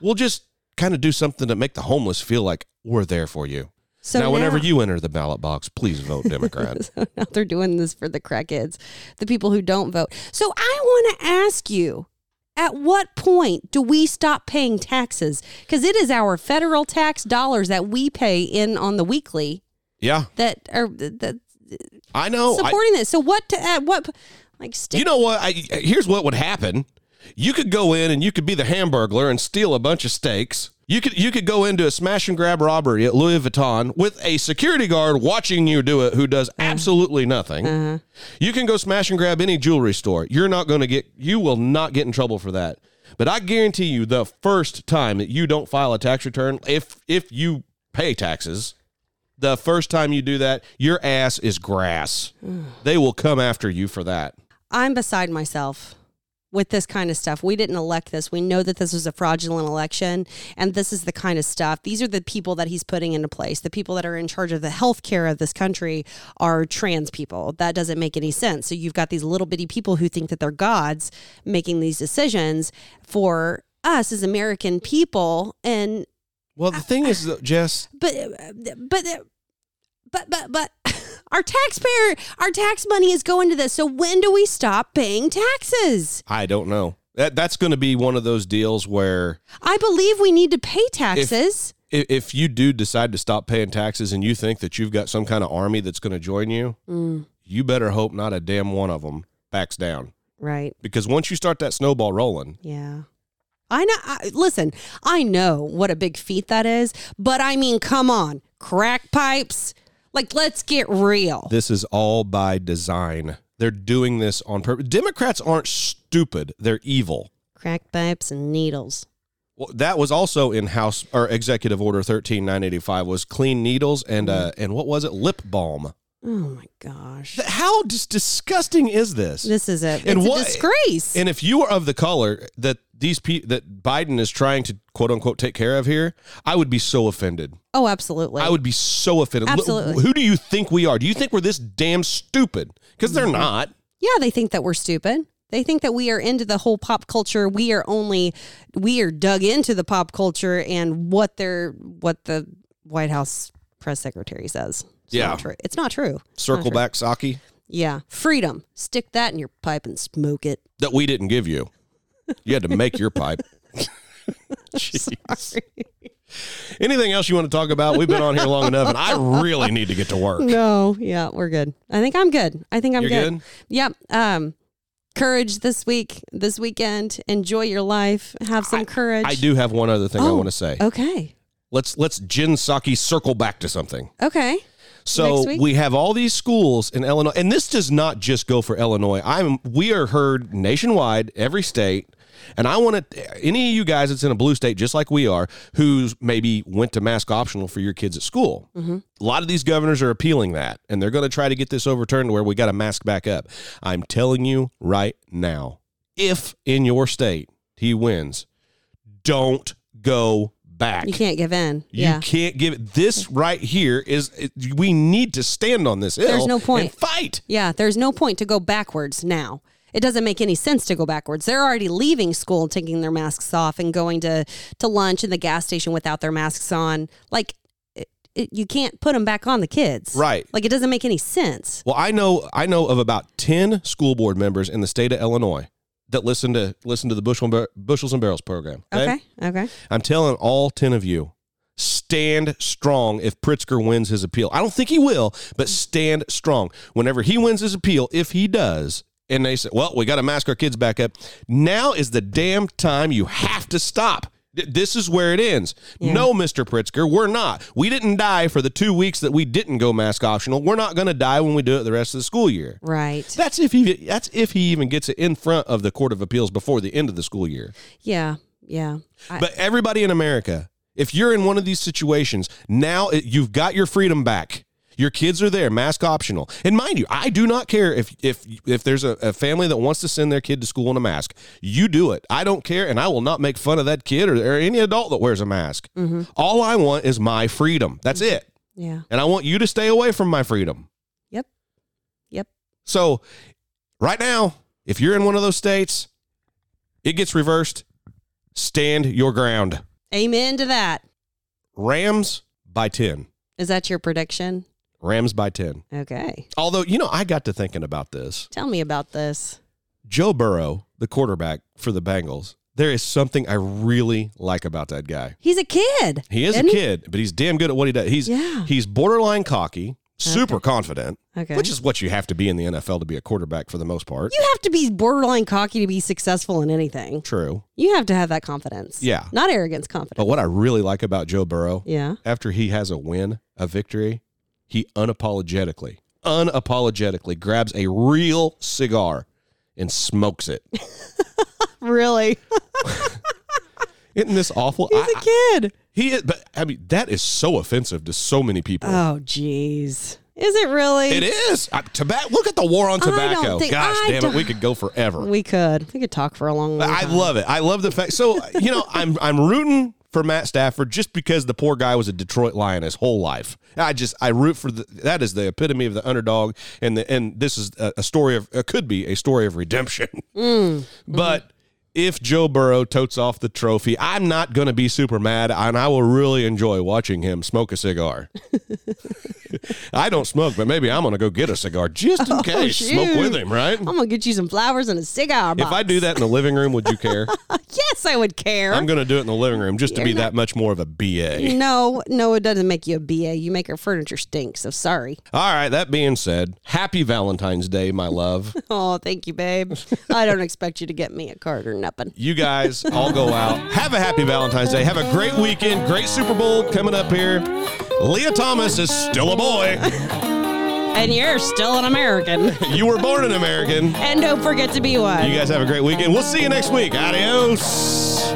Speaker 1: we'll just kind of do something to make the homeless feel like we're there for you
Speaker 2: So
Speaker 1: now, whenever you enter the ballot box please vote
Speaker 2: [laughs]
Speaker 1: democrat
Speaker 2: now they're doing this for the crackheads, the people who don't vote. So I want to ask you, at what point do we stop paying taxes? Because it is our federal tax dollars that we pay in on the weekly
Speaker 1: yeah
Speaker 2: that are that
Speaker 1: Oh, i know I-
Speaker 2: supporting this. So what? To, at what? Like stick
Speaker 1: You know what? I, here's what would happen. You could go in and you could be the Hamburglar and steal a bunch of steaks. You could you could go into a smash and grab robbery at Louis Vuitton with a security guard watching you do it who does absolutely nothing. You can go smash and grab any jewelry store. You're not going to get you will not get in trouble for that. But I guarantee you the first time that you don't file a tax return if if you pay taxes, the first time you do that, your ass is grass. they will come after you for that.
Speaker 2: I'm beside myself with this kind of stuff. We didn't elect this. We know that this was a fraudulent election, and this is the kind of stuff. These are the people that he's putting into place. The people that are in charge of the health care of this country are trans people. That doesn't make any sense. So you've got these little bitty people who think that they're gods making these decisions for us as American people, and
Speaker 1: Well, the thing is, though, Jess,
Speaker 2: but but but but but [laughs] our taxpayer our tax money is going to this so when do we stop paying taxes
Speaker 1: I don't know. That that's going to be one of those deals where
Speaker 2: i believe we need to pay taxes
Speaker 1: if, if you do decide to stop paying taxes and you think that you've got some kind of army that's going to join you, you better hope not a damn one of them backs down
Speaker 2: right
Speaker 1: because once you start that snowball rolling,
Speaker 2: yeah i know I, listen i know what a big feat that is but i mean come on crack pipes like let's get real
Speaker 1: this is all by design. They're doing this on purpose. Democrats aren't stupid; they're evil.
Speaker 2: crack pipes and needles
Speaker 1: Well, that was also in House or Executive Order thirteen nine eighty five was clean needles and uh and what was it lip balm?
Speaker 2: oh my gosh
Speaker 1: Th- How dis- disgusting is this?
Speaker 2: this is a, it's
Speaker 1: And
Speaker 2: a
Speaker 1: what-
Speaker 2: disgrace
Speaker 1: And if you are of the color that these pe- that Biden is trying to quote unquote take care of here, I would be so offended.
Speaker 2: oh absolutely
Speaker 1: I would be so offended. Look,
Speaker 2: Absolutely.
Speaker 1: who do you think we are? Do you think we're this damn stupid? Because they're
Speaker 2: Mm-hmm.
Speaker 1: not.
Speaker 2: Yeah, they think that we're stupid. They think that we are into the whole pop culture. We are only we are dug into the pop culture and what they're what the White House press secretary says. It's
Speaker 1: Yeah.
Speaker 2: not true. It's not true.
Speaker 1: Circle back Saki
Speaker 2: Yeah, freedom. Stick that in your pipe and smoke it.
Speaker 1: that we didn't give you. You had to make your
Speaker 2: [laughs]
Speaker 1: pipe. Jeez. Anything else you want to talk about? We've been on here long enough, and I really need to get to work.
Speaker 2: No, yeah, we're good. I think I'm good. I think I'm
Speaker 1: You're
Speaker 2: good.
Speaker 1: good?
Speaker 2: Yep. Um, courage this week, this weekend. Enjoy your life. Have some courage.
Speaker 1: I do have one other thing I
Speaker 2: Oh,
Speaker 1: want to say.
Speaker 2: Okay.
Speaker 1: Let's let's Jin Saki circle back to something.
Speaker 2: Okay.
Speaker 1: So
Speaker 2: Next week?
Speaker 1: we have all these schools in Illinois, and this does not just go for Illinois. I'm we are heard nationwide, every state, and I want to any of you guys that's in a blue state, just like we are, who's maybe went to mask optional for your kids at school.
Speaker 2: Mm-hmm.
Speaker 1: A lot of these governors are appealing that, and they're going to try to get this overturned where we got to mask back up. I'm telling you right now, if in your state he wins, don't go back.
Speaker 2: You can't give in.
Speaker 1: You
Speaker 2: yeah.
Speaker 1: can't give it. This right here is it- we need to stand on this hill.
Speaker 2: There's no point.
Speaker 1: and fight.
Speaker 2: Yeah, there's no point to go backwards now. It doesn't make any sense to go backwards. They're already leaving school, taking their masks off, and going to to lunch in the gas station without their masks on. Like, it, it, you can't put them back on the kids,
Speaker 1: Right.
Speaker 2: Like, it doesn't make any sense.
Speaker 1: Well, I know I know of about ten school board members in the state of Illinois that listen to listen to the Bushel and Bar- bushels and barrels program.
Speaker 2: Okay, okay,
Speaker 1: I'm telling all ten of you, stand strong. If Pritzker wins his appeal, I don't think he will, but stand strong. Whenever he wins his appeal, if he does. And they say, well, we got to mask our kids back up. Now is the damn time you have to stop. Th- This is where it ends. No, Mr. Pritzker, we're not. We didn't die for the two weeks that we didn't go mask optional. We're not going to die when we do it the rest of the school year.
Speaker 2: Right.
Speaker 1: That's if he. That's if he even gets it in front of the Court of Appeals before the end of the school year.
Speaker 2: Yeah. Yeah. I,
Speaker 1: But everybody in America, if you're in one of these situations, now it, you've got your freedom back. Your kids are there, mask optional. And mind you, I do not care if if if there's a, a family that wants to send their kid to school in a mask. You do it. I don't care, and I will not make fun of that kid or, or any adult that wears a mask. All I want is my freedom. That's it.
Speaker 2: yeah.
Speaker 1: And I want you to stay away from my freedom.
Speaker 2: Yep. Yep.
Speaker 1: So, right now, if you're in one of those states, it gets reversed. Stand your ground.
Speaker 2: Amen to that.
Speaker 1: Rams by 10.
Speaker 2: Is that your prediction?
Speaker 1: Rams by 10.
Speaker 2: Okay.
Speaker 1: Although, you know, I got to thinking about this.
Speaker 2: Tell me about this.
Speaker 1: Joe Burrow, the quarterback for the Bengals, there is something I really like about that guy.
Speaker 2: He's a kid.
Speaker 1: He is
Speaker 2: isn't
Speaker 1: a kid, but he's damn good at what he does. He's
Speaker 2: Yeah.
Speaker 1: he's borderline cocky, super confident,
Speaker 2: Okay.
Speaker 1: which is what you have to be in the NFL to be a quarterback for the most part.
Speaker 2: You have to be borderline cocky to be successful in anything.
Speaker 1: True.
Speaker 2: You have to have that confidence.
Speaker 1: Yeah. Oh.
Speaker 2: Not arrogance, confidence.
Speaker 1: But what I really like about Joe Burrow,
Speaker 2: yeah.
Speaker 1: after he has a win, a victory, he unapologetically, unapologetically grabs a real cigar and smokes
Speaker 2: [laughs]
Speaker 1: it.
Speaker 2: Really? [laughs]
Speaker 1: Isn't this awful?
Speaker 2: He's
Speaker 1: I-
Speaker 2: a kid.
Speaker 1: he is, but I mean, that is so offensive to so many people.
Speaker 2: Oh, jeez. Is it really?
Speaker 1: it is. I, tobacco. Look at the war on
Speaker 2: I don't
Speaker 1: tobacco.
Speaker 2: think-
Speaker 1: Gosh,
Speaker 2: I
Speaker 1: damn it,
Speaker 2: don't-
Speaker 1: we could go forever.
Speaker 2: We could. We could talk for a long, long
Speaker 1: I
Speaker 2: time.
Speaker 1: love it. I love the fact. So you know, I'm I'm rooting for Matt Stafford just because the poor guy was a Detroit Lion his whole life. I just I root for the, that is the epitome of the underdog, and the and this is a, a story of it could be a story of
Speaker 2: [laughs]
Speaker 1: redemption.
Speaker 2: Mm, mm-hmm.
Speaker 1: But if Joe Burrow totes off the trophy, I'm not going to be super mad, and I will really enjoy watching him smoke a cigar. [laughs] I don't smoke, but maybe I'm going to go get a cigar just in case. Smoke
Speaker 2: Oh, shoot.
Speaker 1: with him, right?
Speaker 2: I'm going to get you some flowers and a cigar
Speaker 1: If
Speaker 2: box.
Speaker 1: I do that in the living room, would you care?
Speaker 2: [laughs] yes, I would care.
Speaker 1: I'm going to do it in the living room just to be that much more of a
Speaker 2: [laughs]
Speaker 1: BA.
Speaker 2: no, no, it doesn't make you a BA. You make our furniture stink, so sorry. [laughs]
Speaker 1: All right, that being said, happy Valentine's Day, my love.
Speaker 2: Oh, thank you, babe. I don't expect you to get me a card or nothing.
Speaker 1: You guys all go out. Have a happy Valentine's Day. Have a great weekend. Great Super Bowl coming up here. Leah Thomas is still a boy. [laughs]
Speaker 2: And you're still an American.
Speaker 1: You were born an American.
Speaker 2: and don't forget to be one.
Speaker 1: You guys have a great weekend. We'll see you next week. Adios.